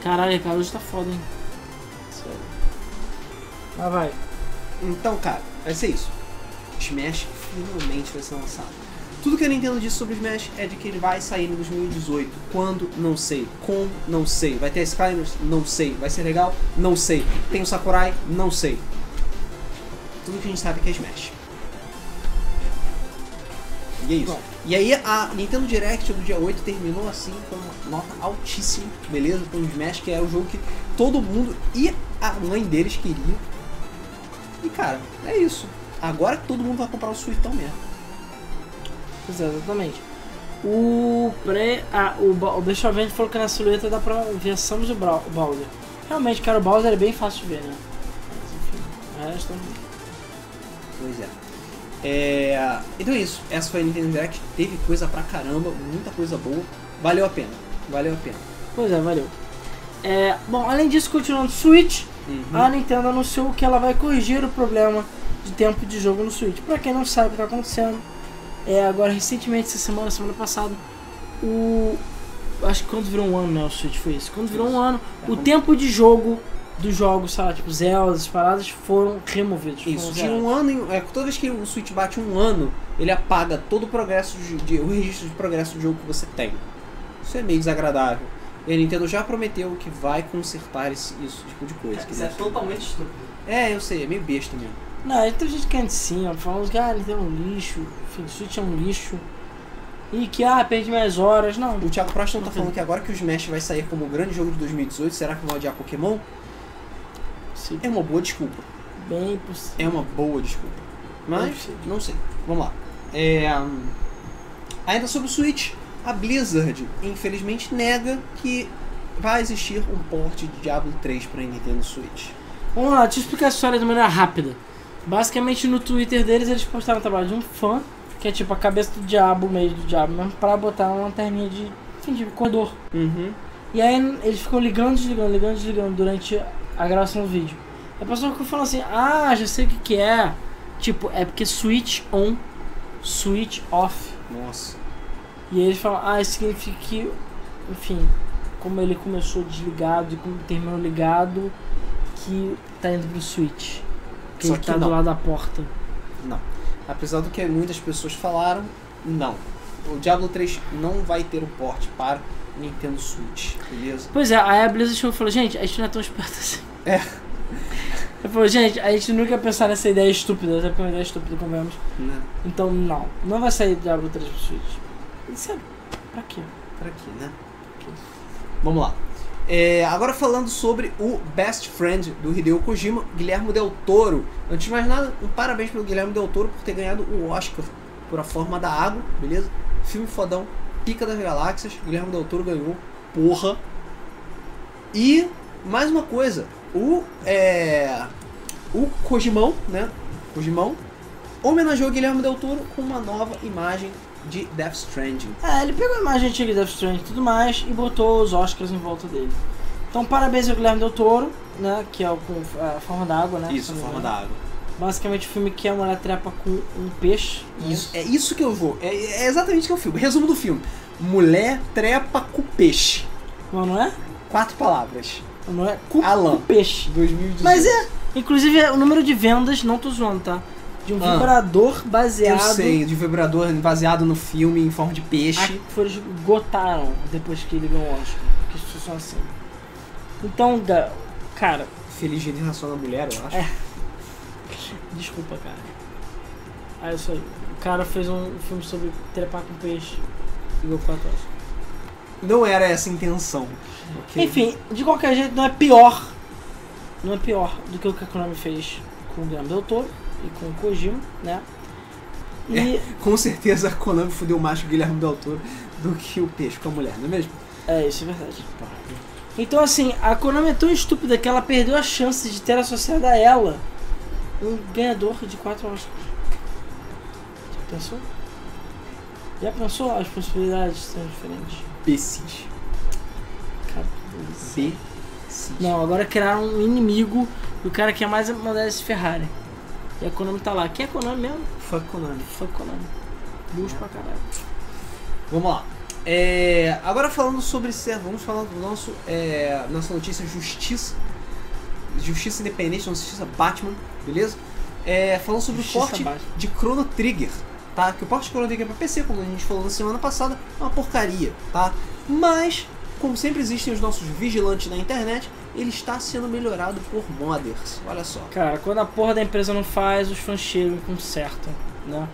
Caralho, cara, hoje tá foda, hein? Ah, vai. Então, cara, vai ser isso. Smash finalmente vai ser lançado. Tudo que a Nintendo disse sobre o Smash é de que ele vai sair em 2018. Quando? Não sei. Com? Não sei. Vai ter Skywars? Não sei. Vai ser legal? Não sei. Tem o Sakurai? Não sei. Tudo que a gente sabe é que é Smash. E é isso. Bom. E aí a Nintendo Direct do dia 8 terminou assim com uma nota altíssima, beleza? Com o Smash, que é o jogo que todo mundo e a mãe deles queria. E cara, é isso. Agora que todo mundo vai comprar o Suitão mesmo. Pois é, exatamente. O pré. Ah, o, Ba- o Best of falou que na silhueta dá pra ver a Samus e o Brau- o Bowser. Realmente, cara, o Bowser é bem fácil de ver, né? Mas enfim, o resto. é um- Pois é. É, Então é isso. Essa foi a Nintendo Direct. Teve coisa pra caramba, muita coisa boa. Valeu a pena. Valeu a pena. Pois é, valeu. É, bom, além disso, continuando Switch, Uhum. Uhum. Ah, a Nintendo anunciou que ela vai corrigir o problema de tempo de jogo no Switch. Pra quem não sabe o que tá acontecendo, é, agora recentemente, essa semana, semana passada, o. Acho que quando virou um ano, né? O Switch foi isso. Quando virou um ano, o É. tempo de jogo dos jogos, sei lá, tipo Zelda, as paradas, foram removidos. Isso, foram de zerados. um ano em- é, toda vez que o Switch bate um ano, ele apaga todo o progresso de, de- o registro de progresso do jogo que você tem. Isso é meio desagradável. E a Nintendo já prometeu que vai consertar esse, isso tipo de coisa. Isso é totalmente estúpido. É, eu sei, é meio besta mesmo. Não, e tem gente que é de cima, falando que ah, Nintendo é um lixo, enfim, Switch é um lixo. E que ah, perdi minhas horas. Não, O Thiago Proston tá falando que agora que o Smash vai sair como o grande jogo de 2018, será que vão adiar Pokémon? se É uma boa desculpa. bem possível. É uma boa desculpa. Mas, Não sei. não sei. Vamos lá. É, hum, Ainda sobre o Switch, a Blizzard infelizmente nega que vai existir um port de Diablo 3 para Nintendo Switch. Vamos lá, deixa eu explicar a história de maneira rápida. Basicamente no Twitter deles eles postaram o trabalho de um fã, que é tipo a cabeça do diabo, o meio do diabo mesmo, pra botar uma lanterninha de, enfim, de corredor. Uhum. E aí eles ficam ligando, desligando, ligando, desligando durante a gravação do vídeo. A pessoa ficou falando assim, ah, já sei o que que é. Tipo, é porque switch on, switch off. Nossa. E aí eles falam, ah, isso significa que, enfim, como ele começou desligado e como terminou ligado, que tá indo pro switch. Que Só ele que tá não. do lado da porta. Apesar do que muitas pessoas falaram, não. O Diablo 3 não vai ter um port para Nintendo Switch, beleza? Pois é, aí a Blizzard chegou e falou, gente, a gente não é tão esperto assim. É. Ele falou, gente, a gente nunca ia pensar nessa ideia estúpida, até porque é uma ideia estúpida, convenhamos. Né? Então, não, não vai sair Diablo 3 pro Switch. E, Sério, pra quê? Pra quê, né? Vamos lá. É, agora falando sobre o Best Friend do Hideo Kojima, Guilherme Del Toro. Antes de mais nada, um parabéns pro Guilherme Del Toro por ter ganhado o Oscar por A Forma da Água, beleza? Filme fodão, Pica das Galáxias, Guilherme Del Toro ganhou, porra. E, mais uma coisa, o, é, o Kojimão, né? Kojimão homenageou Guilherme Del Toro com uma nova imagem de Death Stranding. É, ele pegou a imagem antiga de Death Stranding e tudo mais e botou os Oscars em volta dele. Então, parabéns ao Guilherme Del Toro, né, que é o com a Forma da Água, né? Isso, se não me Forma engano. da Água. Basicamente o filme que a mulher trepa com um peixe. né? Isso, é isso que eu vou. É, é exatamente o que é o filme. Resumo do filme: Mulher trepa com peixe. Não, não é? Quatro palavras. Não é? Com, Alan. com peixe. 2018. Mas é, inclusive o número de vendas, não tô zoando, tá? De um Ah. vibrador Eu baseado sei, de vibrador baseado no filme em forma de a peixe. que eles gotaram depois que ele ganhou o Oscar. Que isso são assim. Então, ga- cara, Feliz Dia Internacional da Mulher, eu acho. É. desculpa, cara. Aí eu só. O cara fez um filme sobre trepar com peixe e ganhou quatro Oscars. Não era essa a intenção. ok? Enfim, de qualquer jeito, não é pior. Não é pior do que o que a Konami fez com o Guilherme Del Toro e com o Kojima, né? E. Com certeza a Konami fudeu mais o Guilherme Del Toro do que o peixe com a mulher, não é mesmo? É, isso é verdade. Então, assim, a Konami é tão estúpida que ela perdeu a chance de ter associado a ela um ganhador de 4 Oscars. Já pensou? Já pensou? As possibilidades são diferentes. Pessis. Cara, Pessis. não, agora criaram um inimigo e o cara quer mais é mandar esse Ferrari. E a Konami tá lá. Quem é a Konami mesmo? Fuck Konami. Foi Konami. Luz pra caralho. Vamos lá. É, agora falando sobre ser, vamos falar do nosso é, nossa notícia Justiça, Justiça Independente, não, Justiça Batman, beleza? É, falando sobre Justiça o porte Batman. de Chrono Trigger, tá? Que o porte de Chrono Trigger pra PC, como a gente falou na semana passada, é uma porcaria, tá? Mas, como sempre existem os nossos vigilantes na internet, ele está sendo melhorado por modders. Olha só. Cara, quando a porra da empresa não faz, os fãs chegam e consertam, né?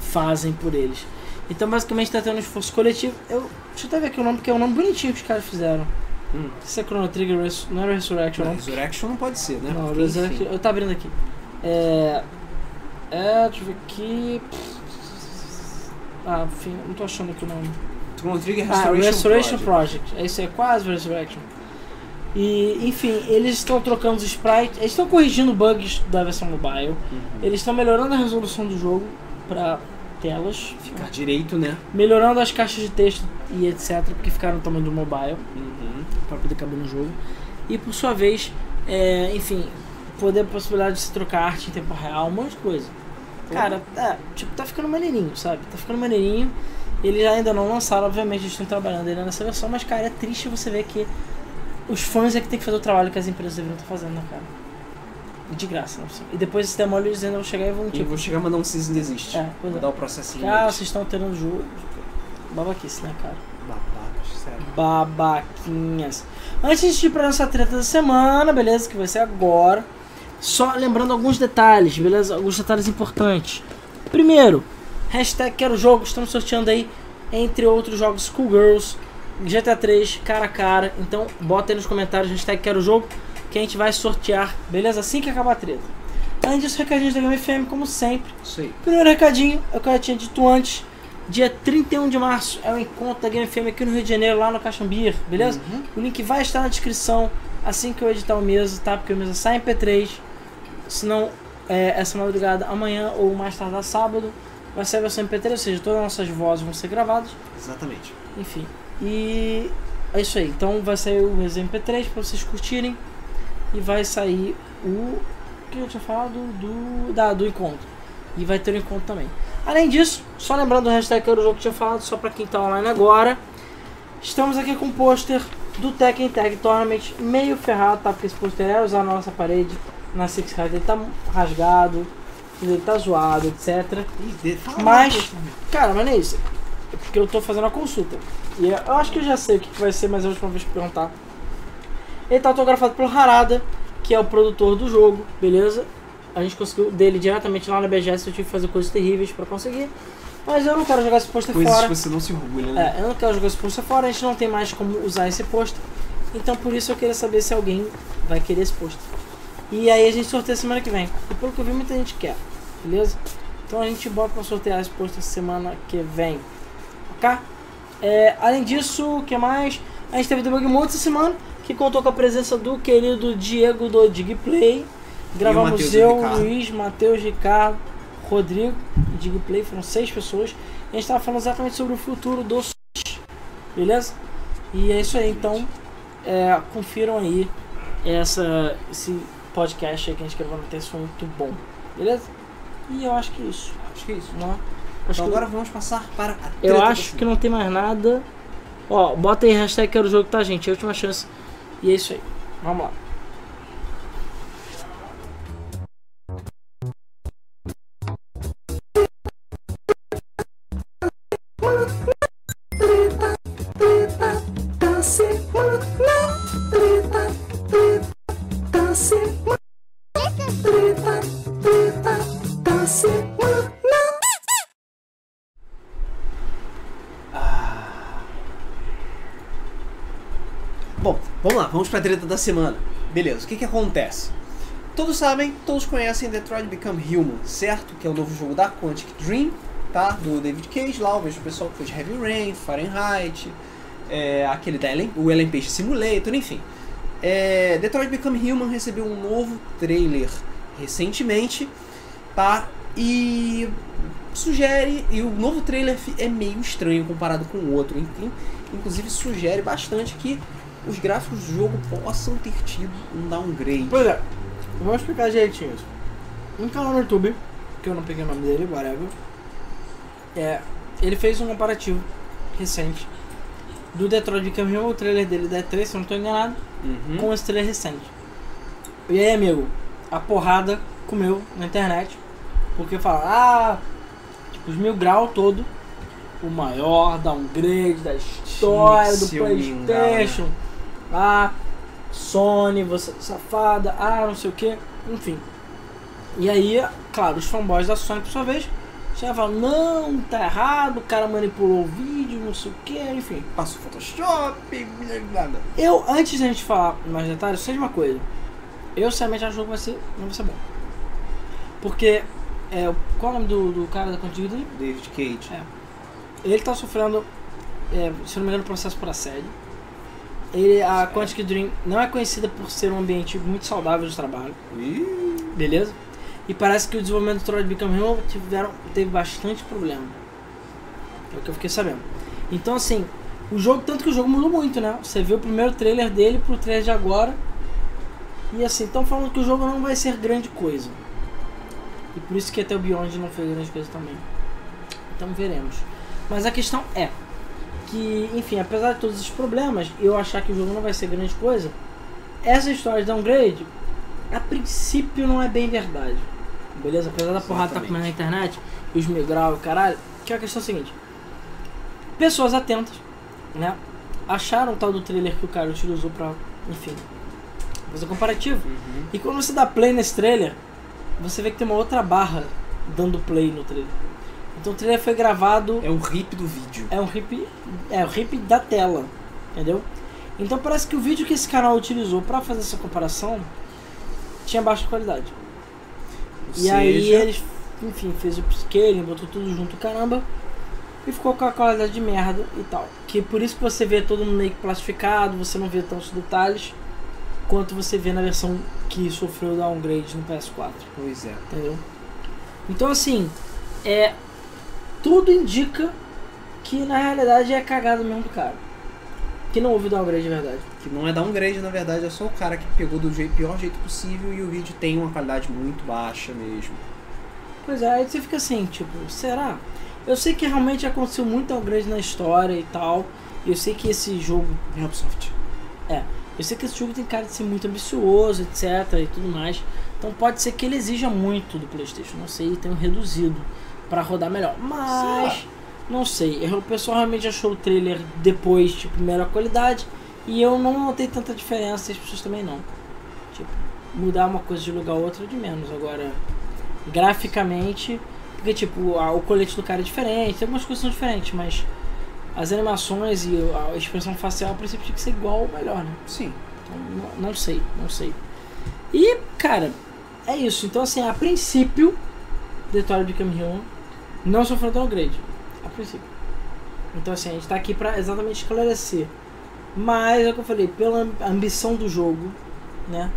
Fazem por eles. Então, basicamente, tá tendo um esforço coletivo. Eu, deixa eu até ver aqui o nome, porque é um nome bonitinho que os caras fizeram. Hum. Isso é Chrono Trigger, Res- não era Resurrection, não? Resurrection não pode ser, né? Não, Porque, Resurrection. enfim. Eu tá abrindo aqui. É. É, deixa eu ver aqui. Ah, enfim, não tô achando aqui o nome. Chrono Trigger Ah, É Restoration, Restoration Project. Project. É isso aí, quase Resurrection. E, enfim, eles estão trocando os sprites, eles estão corrigindo bugs da versão mobile, Uhum. eles estão melhorando a resolução do jogo para telas, Ficar direito, né? melhorando as caixas de texto e etc, porque ficaram no tamanho do mobile Uhum. para poder caber no jogo. E por sua vez, é, enfim, poder a possibilidade de se trocar arte em tempo real, um monte de coisa. Cara, é, tipo, tá ficando maneirinho, sabe? Tá ficando maneirinho. Eles ainda não lançaram, obviamente, eles estão trabalhando ainda nessa versão, mas, cara, é triste você ver que os fãs é que tem que fazer o trabalho que as empresas deveriam estar fazendo, né, cara? De graça, não precisa. E depois esse demônio eles ainda vão chegar e vão, E eu tipo, vou chegar e mandar um cisne desiste. É, pois é. Mandar o processinho. ah, deles. vocês estão alterando o jogo. Babaquice, né, cara? Babacas, sério. babaquinhas. Antes de ir pra nossa treta da semana, beleza? Que vai ser agora. Só lembrando alguns detalhes, beleza? Alguns detalhes importantes. Primeiro, hashtag quero jogo, estamos sorteando aí, entre outros jogos Schoolgirls, GTA 3, cara a cara. Então bota aí nos comentários, hashtag quero jogo, que a gente vai sortear, beleza? Assim que acabar a treta. Além disso, recadinhos da Game FM, como sempre. Isso aí. Primeiro recadinho, é o que eu já tinha dito antes. Dia 31 de março é o encontro da Game FM aqui no Rio de Janeiro, lá no Caxambir, beleza? O link vai estar na descrição assim que eu editar o mesa, tá? Porque o mesa sai em P3. Se não, é, essa madrugada, amanhã ou mais tardar sábado, vai sair a versão MP3, ou seja, todas as nossas vozes vão ser gravadas. Exatamente. Enfim. E é isso aí. Então vai sair o mesa MP3 pra vocês curtirem. E vai sair o. O que eu tinha falado? Do. Da, do encontro. E vai ter o encontro também. Além disso, só lembrando o hashtag que era o jogo que eu tinha falado, só pra quem tá online agora. Estamos aqui com o pôster do Tekken Tag Tournament, meio ferrado, tá? Porque esse pôster é usar na nossa parede, na Six Card, ele tá rasgado, ele tá zoado, etc. Ih, de- fala Mas- lá, poxa. Cara, mas não é isso. É porque eu tô fazendo a consulta. E é- eu acho que eu já sei o que que vai ser, mas é a última vez que eu perguntar. Ele tá autografado pelo Harada, que é o produtor do jogo, beleza? A gente conseguiu dele diretamente lá na BGS, eu tive que fazer coisas terríveis pra conseguir. Mas eu não quero jogar esse pôster Coisas tá fora. que você não se orgulha, né? É, eu não quero jogar esse pôster fora, a gente não tem mais como usar esse pôster. Então por isso eu queria saber se alguém vai querer esse pôster. E aí a gente sorteia semana que vem. E pelo que eu vi, muita gente quer, beleza? Então a gente bota pra sortear esse pôster semana que vem. Ok? É, além disso, o que mais? A gente teve Debug Mode essa semana, que contou com a presença do querido Diego do DigPlay. Gravamos Matheus e o eu, Ricardo. Luiz, Matheus, Ricardo, Rodrigo, e DigPlay, foram seis pessoas. E a gente tava falando exatamente sobre o futuro do Switch, beleza? E é isso aí, então é, confiram aí essa, esse podcast aí que a gente gravou no texto, foi muito bom, beleza? E eu acho que é isso, Acho que é isso. não é? Acho Então que- agora vamos passar para a eu treta da acho que não tem mais nada. Ó, bota aí hashtag quero jogo, tá, gente? É a última chance. E é isso aí. Vamos lá. Bom, vamos lá, vamos pra treta da semana. Beleza, o que que acontece? Todos sabem, todos conhecem Detroit Become Human, certo? Que é o novo jogo da Quantic Dream, tá? Do David Cage lá, o mesmo pessoal que fez Heavy Rain, Fahrenheit, é, aquele da Ellen, o Ellen Page Simulator, enfim. É, Detroit Become Human recebeu um novo trailer recentemente, tá? E sugere, e o novo trailer fi- é meio estranho comparado com o outro, in- in- inclusive sugere bastante que os gráficos do jogo possam ter tido um downgrade. Pois é, eu vou explicar direitinho isso. Um canal no YouTube, que eu não peguei o nome dele, whatever. É, ele fez um comparativo recente do Detroit Become Human, o trailer dele da E3, se eu não tô enganado, Uhum. com esse trailer recente. E aí, amigo, a porrada comeu na internet, porque fala, ah, tipo, os mil grau todo, o maior downgrade da história do Tinha que ser o Mil Grau, Playstation. Ah, Sony, você é safada, ah, não sei o que, enfim. E aí, claro, os fanboys da Sony, por sua vez, já falam, não, tá errado, o cara manipulou o vídeo, não sei o que, enfim. Passou Photoshop, nada. Eu, antes da gente falar mais detalhes, só de uma coisa. Eu, sinceramente, acho que o jogo vai ser, não vai ser bom. Porque, é, qual é o nome do, do cara da Contigo? David Cage. Ele tá sofrendo, é, se não me engano, processo por assédio. Ele, a Quantic Dream não é conhecida por ser um ambiente muito saudável de trabalho, Ih, beleza? E parece que o desenvolvimento do Troy Become Human tiveram, teve bastante problema. É o que eu fiquei sabendo. Então, assim, o jogo, tanto que o jogo mudou muito, né? Você viu o primeiro trailer dele pro trailer de agora. E assim, estão falando que o jogo não vai ser grande coisa. E por isso que até o Beyond não fez grande coisa também. Então veremos. Mas a questão é que, enfim, apesar de todos esses problemas, eu achar que o jogo não vai ser grande coisa, essa história de downgrade, a princípio não é bem verdade. Beleza? Apesar da porrada que tá Exatamente. comendo na internet, e os mil graus, caralho, que a questão é a seguinte. Pessoas atentas, né? Acharam o tal do trailer que o cara utilizou pra, enfim, fazer comparativo. E quando você dá play nesse trailer, você vê que tem uma outra barra dando play no trailer. Então o trailer foi gravado É um rip do vídeo. é um rip, é um rip da tela, entendeu? Então parece que o vídeo que esse canal utilizou pra fazer essa comparação tinha baixa qualidade. Ou e aí seja, eles, enfim, fez o upscaling, botou tudo junto, caramba. e ficou com a qualidade de merda e tal. Que por isso que você vê todo mundo meio que plastificado, você não vê tantos detalhes quanto você vê na versão que sofreu downgrade no PS4, Pois é. entendeu? Então assim, é tudo indica que na realidade é cagado mesmo do cara. Que não houve downgrade de verdade. Que não é downgrade, na verdade, é só o cara que pegou do jeito, pior jeito possível e o vídeo tem uma qualidade muito baixa mesmo. Pois é, aí você fica assim, tipo, será? Eu sei que realmente aconteceu muito downgrade na história e tal. E eu sei que esse jogo Ubisoft. Eu sei que esse jogo tem cara de ser muito ambicioso, etc. e tudo mais. Então pode ser que ele exija muito do PlayStation. Não sei, tenho reduzido pra rodar melhor. Mas, não sei. Eu- O pessoal realmente achou o trailer depois, tipo, melhor qualidade. E eu não notei tanta diferença, e as pessoas também não. Tipo, mudar uma coisa de lugar a outra é de menos. Agora, graficamente, porque, tipo, a- o colete do cara é diferente, tem algumas coisas que são diferentes, mas. As animações e a expressão facial, a princípio, tinha que ser igual ou melhor, né? Sim. Então, não- não sei, não sei. E, cara, é isso. Então, assim, a princípio, Detroit Become Human não sofreu downgrade. A princípio. Então, assim, a gente tá aqui pra exatamente esclarecer. Mas, é o que eu falei, pela am- ambição do jogo, né?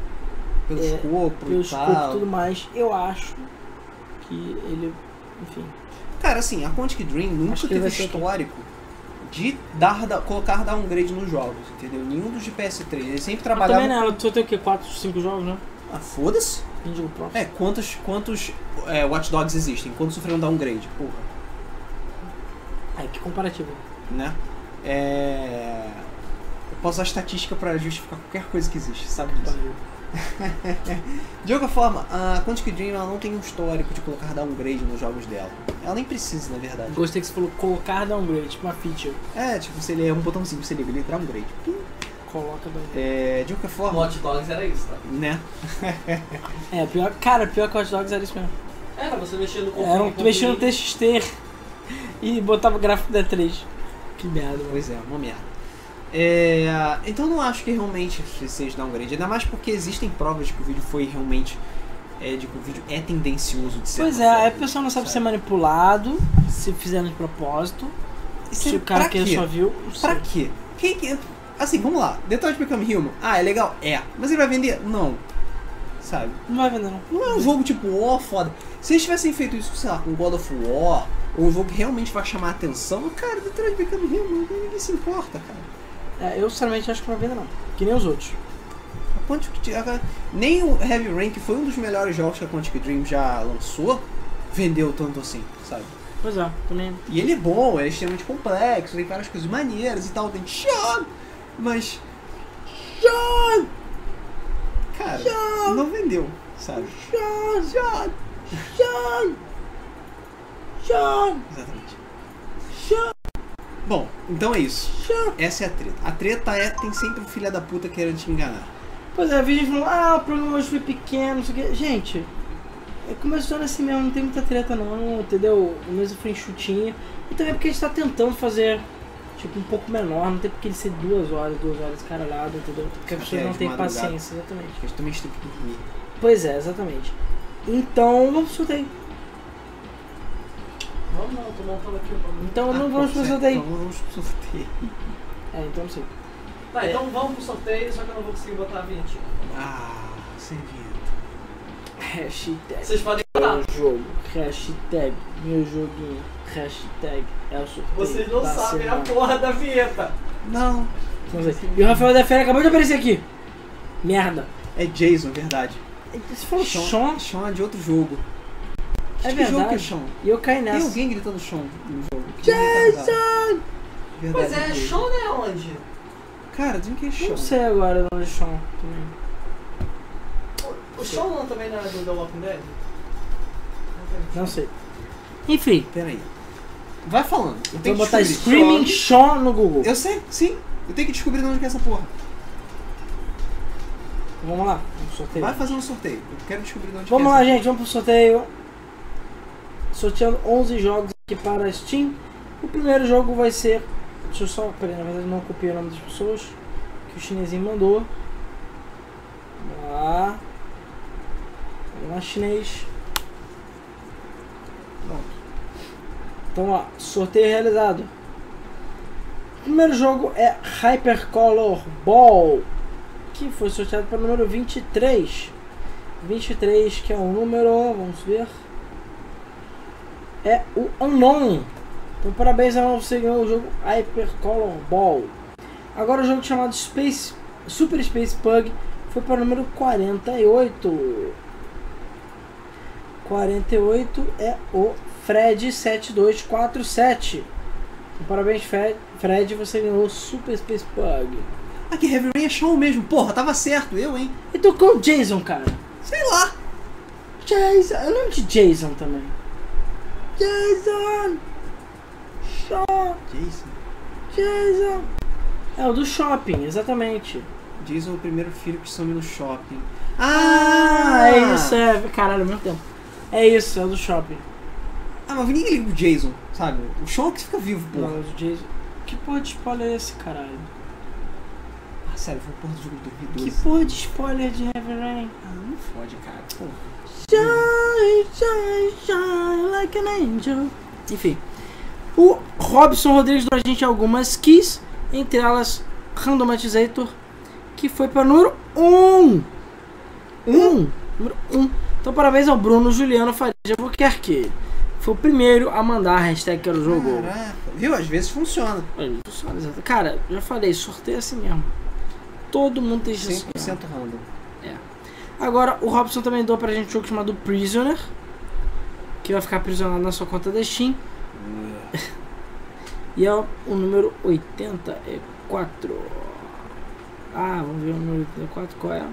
Pelo É, escopo Pelo e tal. escopo e tudo mais, eu acho que ele, enfim, Cara, assim, a Quantic Dream Acho nunca que teve vai ser aqui. histórico de dar, da, colocar downgrade nos jogos, entendeu? Nenhum dos de PS3. Eles sempre Mas também, trabalhavam... né? Ela só tem o quê? 4, 5 jogos, né? Ah, foda-se. Indigo Pro. É, quantos, quantos é, Watch Dogs existem? Quantos sofreram downgrade? Porra. Ai, que comparativo. né? É... Eu posso usar estatística pra justificar qualquer coisa que existe, sabe disso? De qualquer forma, a Quantic Dream ela não tem um histórico de colocar downgrade nos jogos dela. Ela nem precisa, na verdade. Gostei que você falou colocar downgrade, tipo uma feature. É, tipo, se ele é um botãozinho, você liga, ele dá downgrade. Pim. Coloca downgrade. É, de qualquer O forma, Hot Dogs era isso, tá? né? É, pior, cara, pior que Hot Dogs era isso mesmo. Era É, tá você mexendo no config. Era um, tu mexia no config. TXT e botava o gráfico da 3. Que merda, mano. Pois é, uma merda. É, então não acho que realmente seja downgrade, ainda mais porque existem provas de que o vídeo foi realmente. É, de que o vídeo é tendencioso de ser. Pois é, aí o pessoal não sabe se é manipulado, se fizeram de propósito, se o cara que ele só viu. não sei. é Pra quê? Quem que. Assim, vamos lá. Detroit Become Human. Ah, é legal? É. Mas ele vai vender? Não. Sabe? Não vai vender, não. Não é um jogo tipo, ó, foda. Se eles tivessem feito isso, sei lá, com God of War, ou um jogo que realmente vai chamar a atenção, cara, Detroit Become Human, ninguém se importa, cara. É, eu sinceramente acho que não vai vender, não. Que nem os outros. A Quantic Dream- a- Nem o Heavy Rain, que foi um dos melhores jogos que a Quantic Dream já lançou, vendeu tanto assim, sabe? Pois é, também. E ele é bom, ele é extremamente complexo, tem várias coisas maneiras e tal, tem Sean! Mas. Sean! Cara, não vendeu, sabe? John, John, John, John, Exatamente. John, Bom, então é isso. John. Essa é a treta. A treta é tem sempre um filho da puta querendo te enganar. Pois é, a gente falou, ah, o programa hoje foi pequeno, não sei o quê. Gente, é, começou assim mesmo, não tem muita treta não, entendeu? O mesmo foi enxutinho. E também porque a gente tá tentando fazer, tipo, um pouco menor, não tem porque ele ser duas horas, duas horas caralhado, entendeu? Porque a pessoa é, não de tem madrugada. paciência, exatamente. Porque eu também estou que dormir. Pois é, exatamente. Então, vamos pro sorteio. Não, não, tô montando aqui o bagulho. Então Ah, não vamos pô, pro certo, sorteio. Então vamos pro sorteio. É, então não sei. Tá, então vamos pro sorteio, só que eu não vou conseguir botar a vinheta. Ah, sem vinheta. Hashtag. Vocês podem Meu botar. jogo, hashtag, meu joguinho, hashtag, é o sorteio Vocês não da sabem é a semana. porra da vinheta. Não, Vamos ver. E o Rafael da Fera acabou de aparecer aqui. Merda. é Jason, verdade. Você falou Sean? Sean é de outro jogo. É que jogo que é verdade. Sean? E eu caí Tem nessa. alguém gritando Sean no jogo. tá Jason! Pois é, Sean é onde? Cara, dizem que é Sean. Não sei agora o nome de Sean também. O Sean não também não era do The Walking Dead? Não sei. Enfim, Peraí. Vai falando. Eu Então vou tenho que botar descobrir. Screaming Sean. Sean no Google. Eu sei, sim. Eu tenho que descobrir de onde que é essa porra. Vamos lá, vamos pro sorteio. Vai fazer um sorteio. Eu quero descobrir de onde É. Vamos que lá, é essa gente, vamos pro sorteio. Sorteando 11 jogos aqui para a Steam. O primeiro jogo vai ser. Deixa eu só. Peraí, na verdade não copiei o nome das pessoas que o chinesinho mandou. Vamos lá. Vamos lá, chinês. Bom. Então, ó, sorteio realizado. O primeiro jogo é Hypercolor Ball, que foi sorteado para o número 23. 23, que é um número, vamos ver, é o Unknown. Então, parabéns a você ganhou o jogo Hypercolor Ball. Agora, o jogo chamado Space Super Space Pug foi para o número 48. 48 é o Fred7247. Então, parabéns, Fred, Fred, você ganhou o Super Space Pug. Ah, que Heavy Rain é show mesmo. Porra, tava certo, eu, hein? E tocou o Jason, cara. Sei lá. Jason, é o nome de Jason também. Jason! Shop, Jason. Jason! É o do shopping, exatamente. Jason é o primeiro filho que some no shopping. Ah, é isso, é. Caralho, ao mesmo tempo. É isso, é o do shopping. Ah, mas ninguém liga pro Jason, sabe? O Sean que fica vivo, Não, porra. é o do Jason. Que porra de spoiler é esse, caralho? Ah, sério, foi o porra do jogo do Que 2012. porra de spoiler de Heavy Rain? Ah, não fode, cara. Porra. Shine, shine, shine like an angel. Enfim. O Robson Rodrigues deu a gente algumas keys, entre elas Randomatizator, que foi para o número 1. 1. Número 1. Então parabéns ao Bruno Juliano Faria Albuquerque. Foi o primeiro a mandar a hashtag que era o jogo. Caraca. Viu? Às vezes funciona. Olha, funciona exato. Cara, já falei, sorteio é assim mesmo. Todo mundo tem chance. 100% random. Agora, o Robson também deu pra gente um jogo chamado Prisoner, que vai ficar aprisionado na sua conta da Steam. E é o número 84. Ah, vamos ver o número 84, qual é?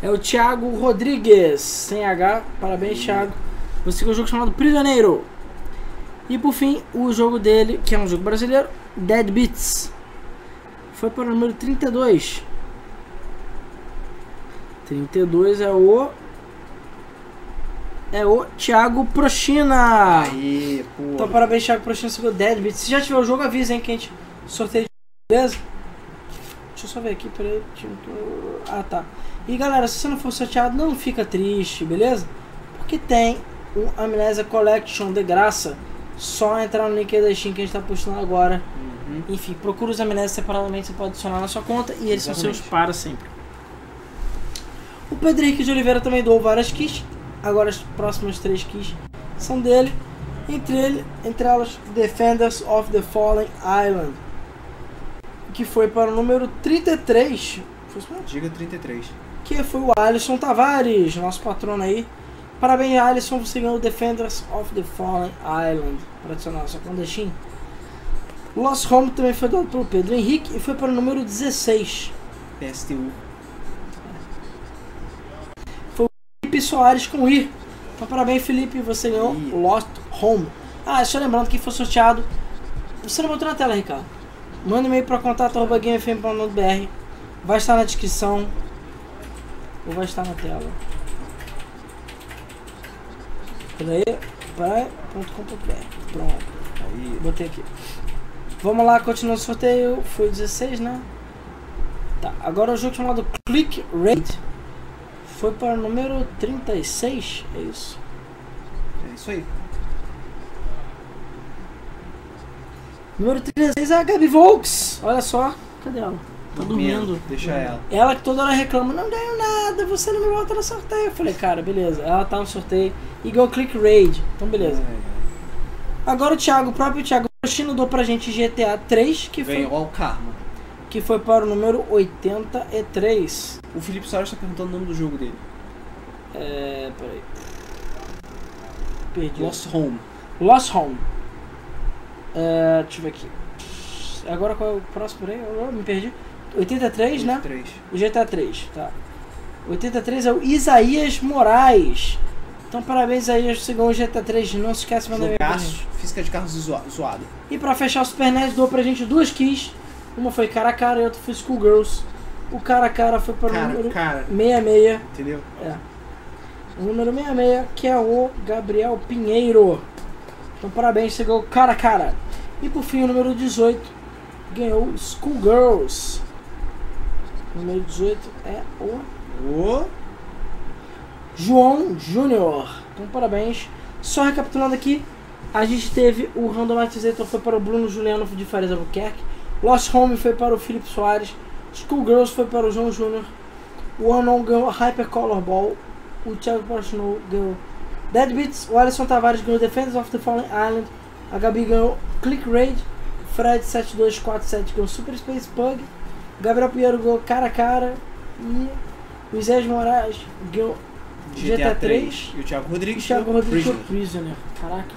É o Thiago Rodrigues, sem H. Parabéns, Thiago. Você ganhou um jogo chamado Prisioneiro. E por fim, o jogo dele, que é um jogo brasileiro, Dead Beats. Foi para o número 32. 32 é o. É o Thiago Prochina. Aí, Então, porra. parabéns, Thiago, por chance do Dead Beat. Se já tiver o jogo, avisa, hein, que a gente sorteia de beleza? Deixa eu só ver aqui, peraí. deixa eu- Ah, tá. E galera, se você não for sorteado, não fica triste, beleza? Porque tem o Amnesia Collection de graça. Só entrar no link aí da Steam que a gente tá postando agora. Uhum. Enfim, procura os Amnésias separadamente, você pode adicionar na sua conta e eles são Exatamente. seus para sempre. O Pedro Henrique de Oliveira também doou várias keys. Agora as próximas três keys são dele. Entre, ele, entre elas, Defenders of the Fallen Island. Que foi para o número 33. Foi isso mesmo? Diga 33. Que foi o Alisson Tavares, nosso patrono aí. Parabéns, Alisson, você ganhou o Defenders of the Fallen Island. Para adicionar a sua conta Steam. O Lost Home também foi dado pelo Pedro Henrique e foi para o número 16. PSTU. Felipe Soares com I. Então, parabéns, Felipe, você ganhou Ih. Lost Home. Ah, só lembrando que foi sorteado. Você não botou na tela, Ricardo. Manda um e-mail para contato.gamefm.br. Vai estar na descrição. Ou vai estar na tela. Peraí, peraí.com.br. Pronto, Aí. botei aqui. Vamos lá, continuando o sorteio. Foi 16, né? Tá, agora o jogo chamado Click Rate. Foi para o número 36, é isso? É isso aí. Número 36 é a Gabi Volks. Olha só, cadê ela? Tá dormindo. Deixa ela. Ela que toda hora reclama, não ganho nada, você não me bota no sorteio. Eu falei, cara, beleza, ela tá no sorteio. Igual Click Raid, então beleza. É, Agora o Thiago, o próprio Thiago Chino deu pra gente GTA 3, que Vem, foi, ó o karma. que foi para o número 83. O Felipe Soares tá perguntando o nome do jogo dele. É, peraí. Perdi. Lost Home. Lost Home. É, deixa eu ver aqui. Agora qual é o próximo? Peraí, eu me perdi. 83, né? 33. O GTA 3, tá. 83 é o Isaías Moraes. Então parabéns, Isaías, você ganhou o GTA 3. Não se esquece, manda e-mail pra gente. Jogaço. Física de carros zoa- zoado. E pra fechar o Super NES, doou pra gente duas keys. Uma foi cara a cara e outra foi Schoolgirls. O cara a cara foi para o Cara, número cara. 66. Entendeu? É. O número 66, que é o Gabriel Pinheiro. Então parabéns, você ganhou cara a cara. E por fim, o número 18 ganhou Schoolgirls. O número 18 é o Ô. João Júnior. Então parabéns. Só recapitulando aqui, A gente teve o Randomizator foi para o Bruno Juliano de Farias Albuquerque. Lost Home foi para o Felipe Soares. Schoolgirls foi para o João Júnior. O Anon ganhou a Hypercolor Ball. O Thiago Portnow ganhou Dead Beats. O Alisson Tavares ganhou Defenders of the Fallen Island. A Gabi ganhou Click Raid. Fred7247 ganhou Super Space Pug. Gabriel Pinheiro ganhou Cara a Cara. E o Isés Moraes ganhou GTA 3. E o Thiago E Rodrigues. Thiago foi Rodrigues foi Prisoner. Prisoner. né? Caraca.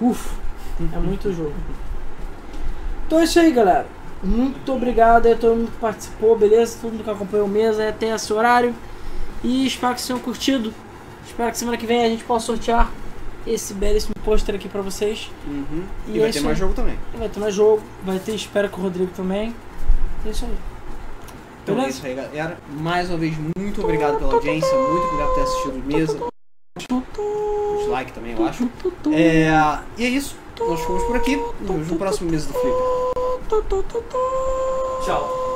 Uf, é muito jogo. Então é isso aí, galera. Muito obrigado aí a todo mundo que participou, beleza? Todo mundo que acompanhou o mês aí até esse horário. E espero que vocês tenham curtido. Espero que semana que vem a gente possa sortear esse belíssimo pôster aqui pra vocês. Uhum. E, E vai é ter isso mais aí. jogo também. Vai ter mais jogo, vai ter espero que o Rodrigo também. É isso aí. Então é Beleza? isso aí, galera. Mais uma vez, muito obrigado pela audiência. Muito obrigado por ter assistido o mesa. Dislike também, eu acho. É, e é isso. Nós ficamos por aqui. Nos vemos no próximo mesa do Flip. Tchau.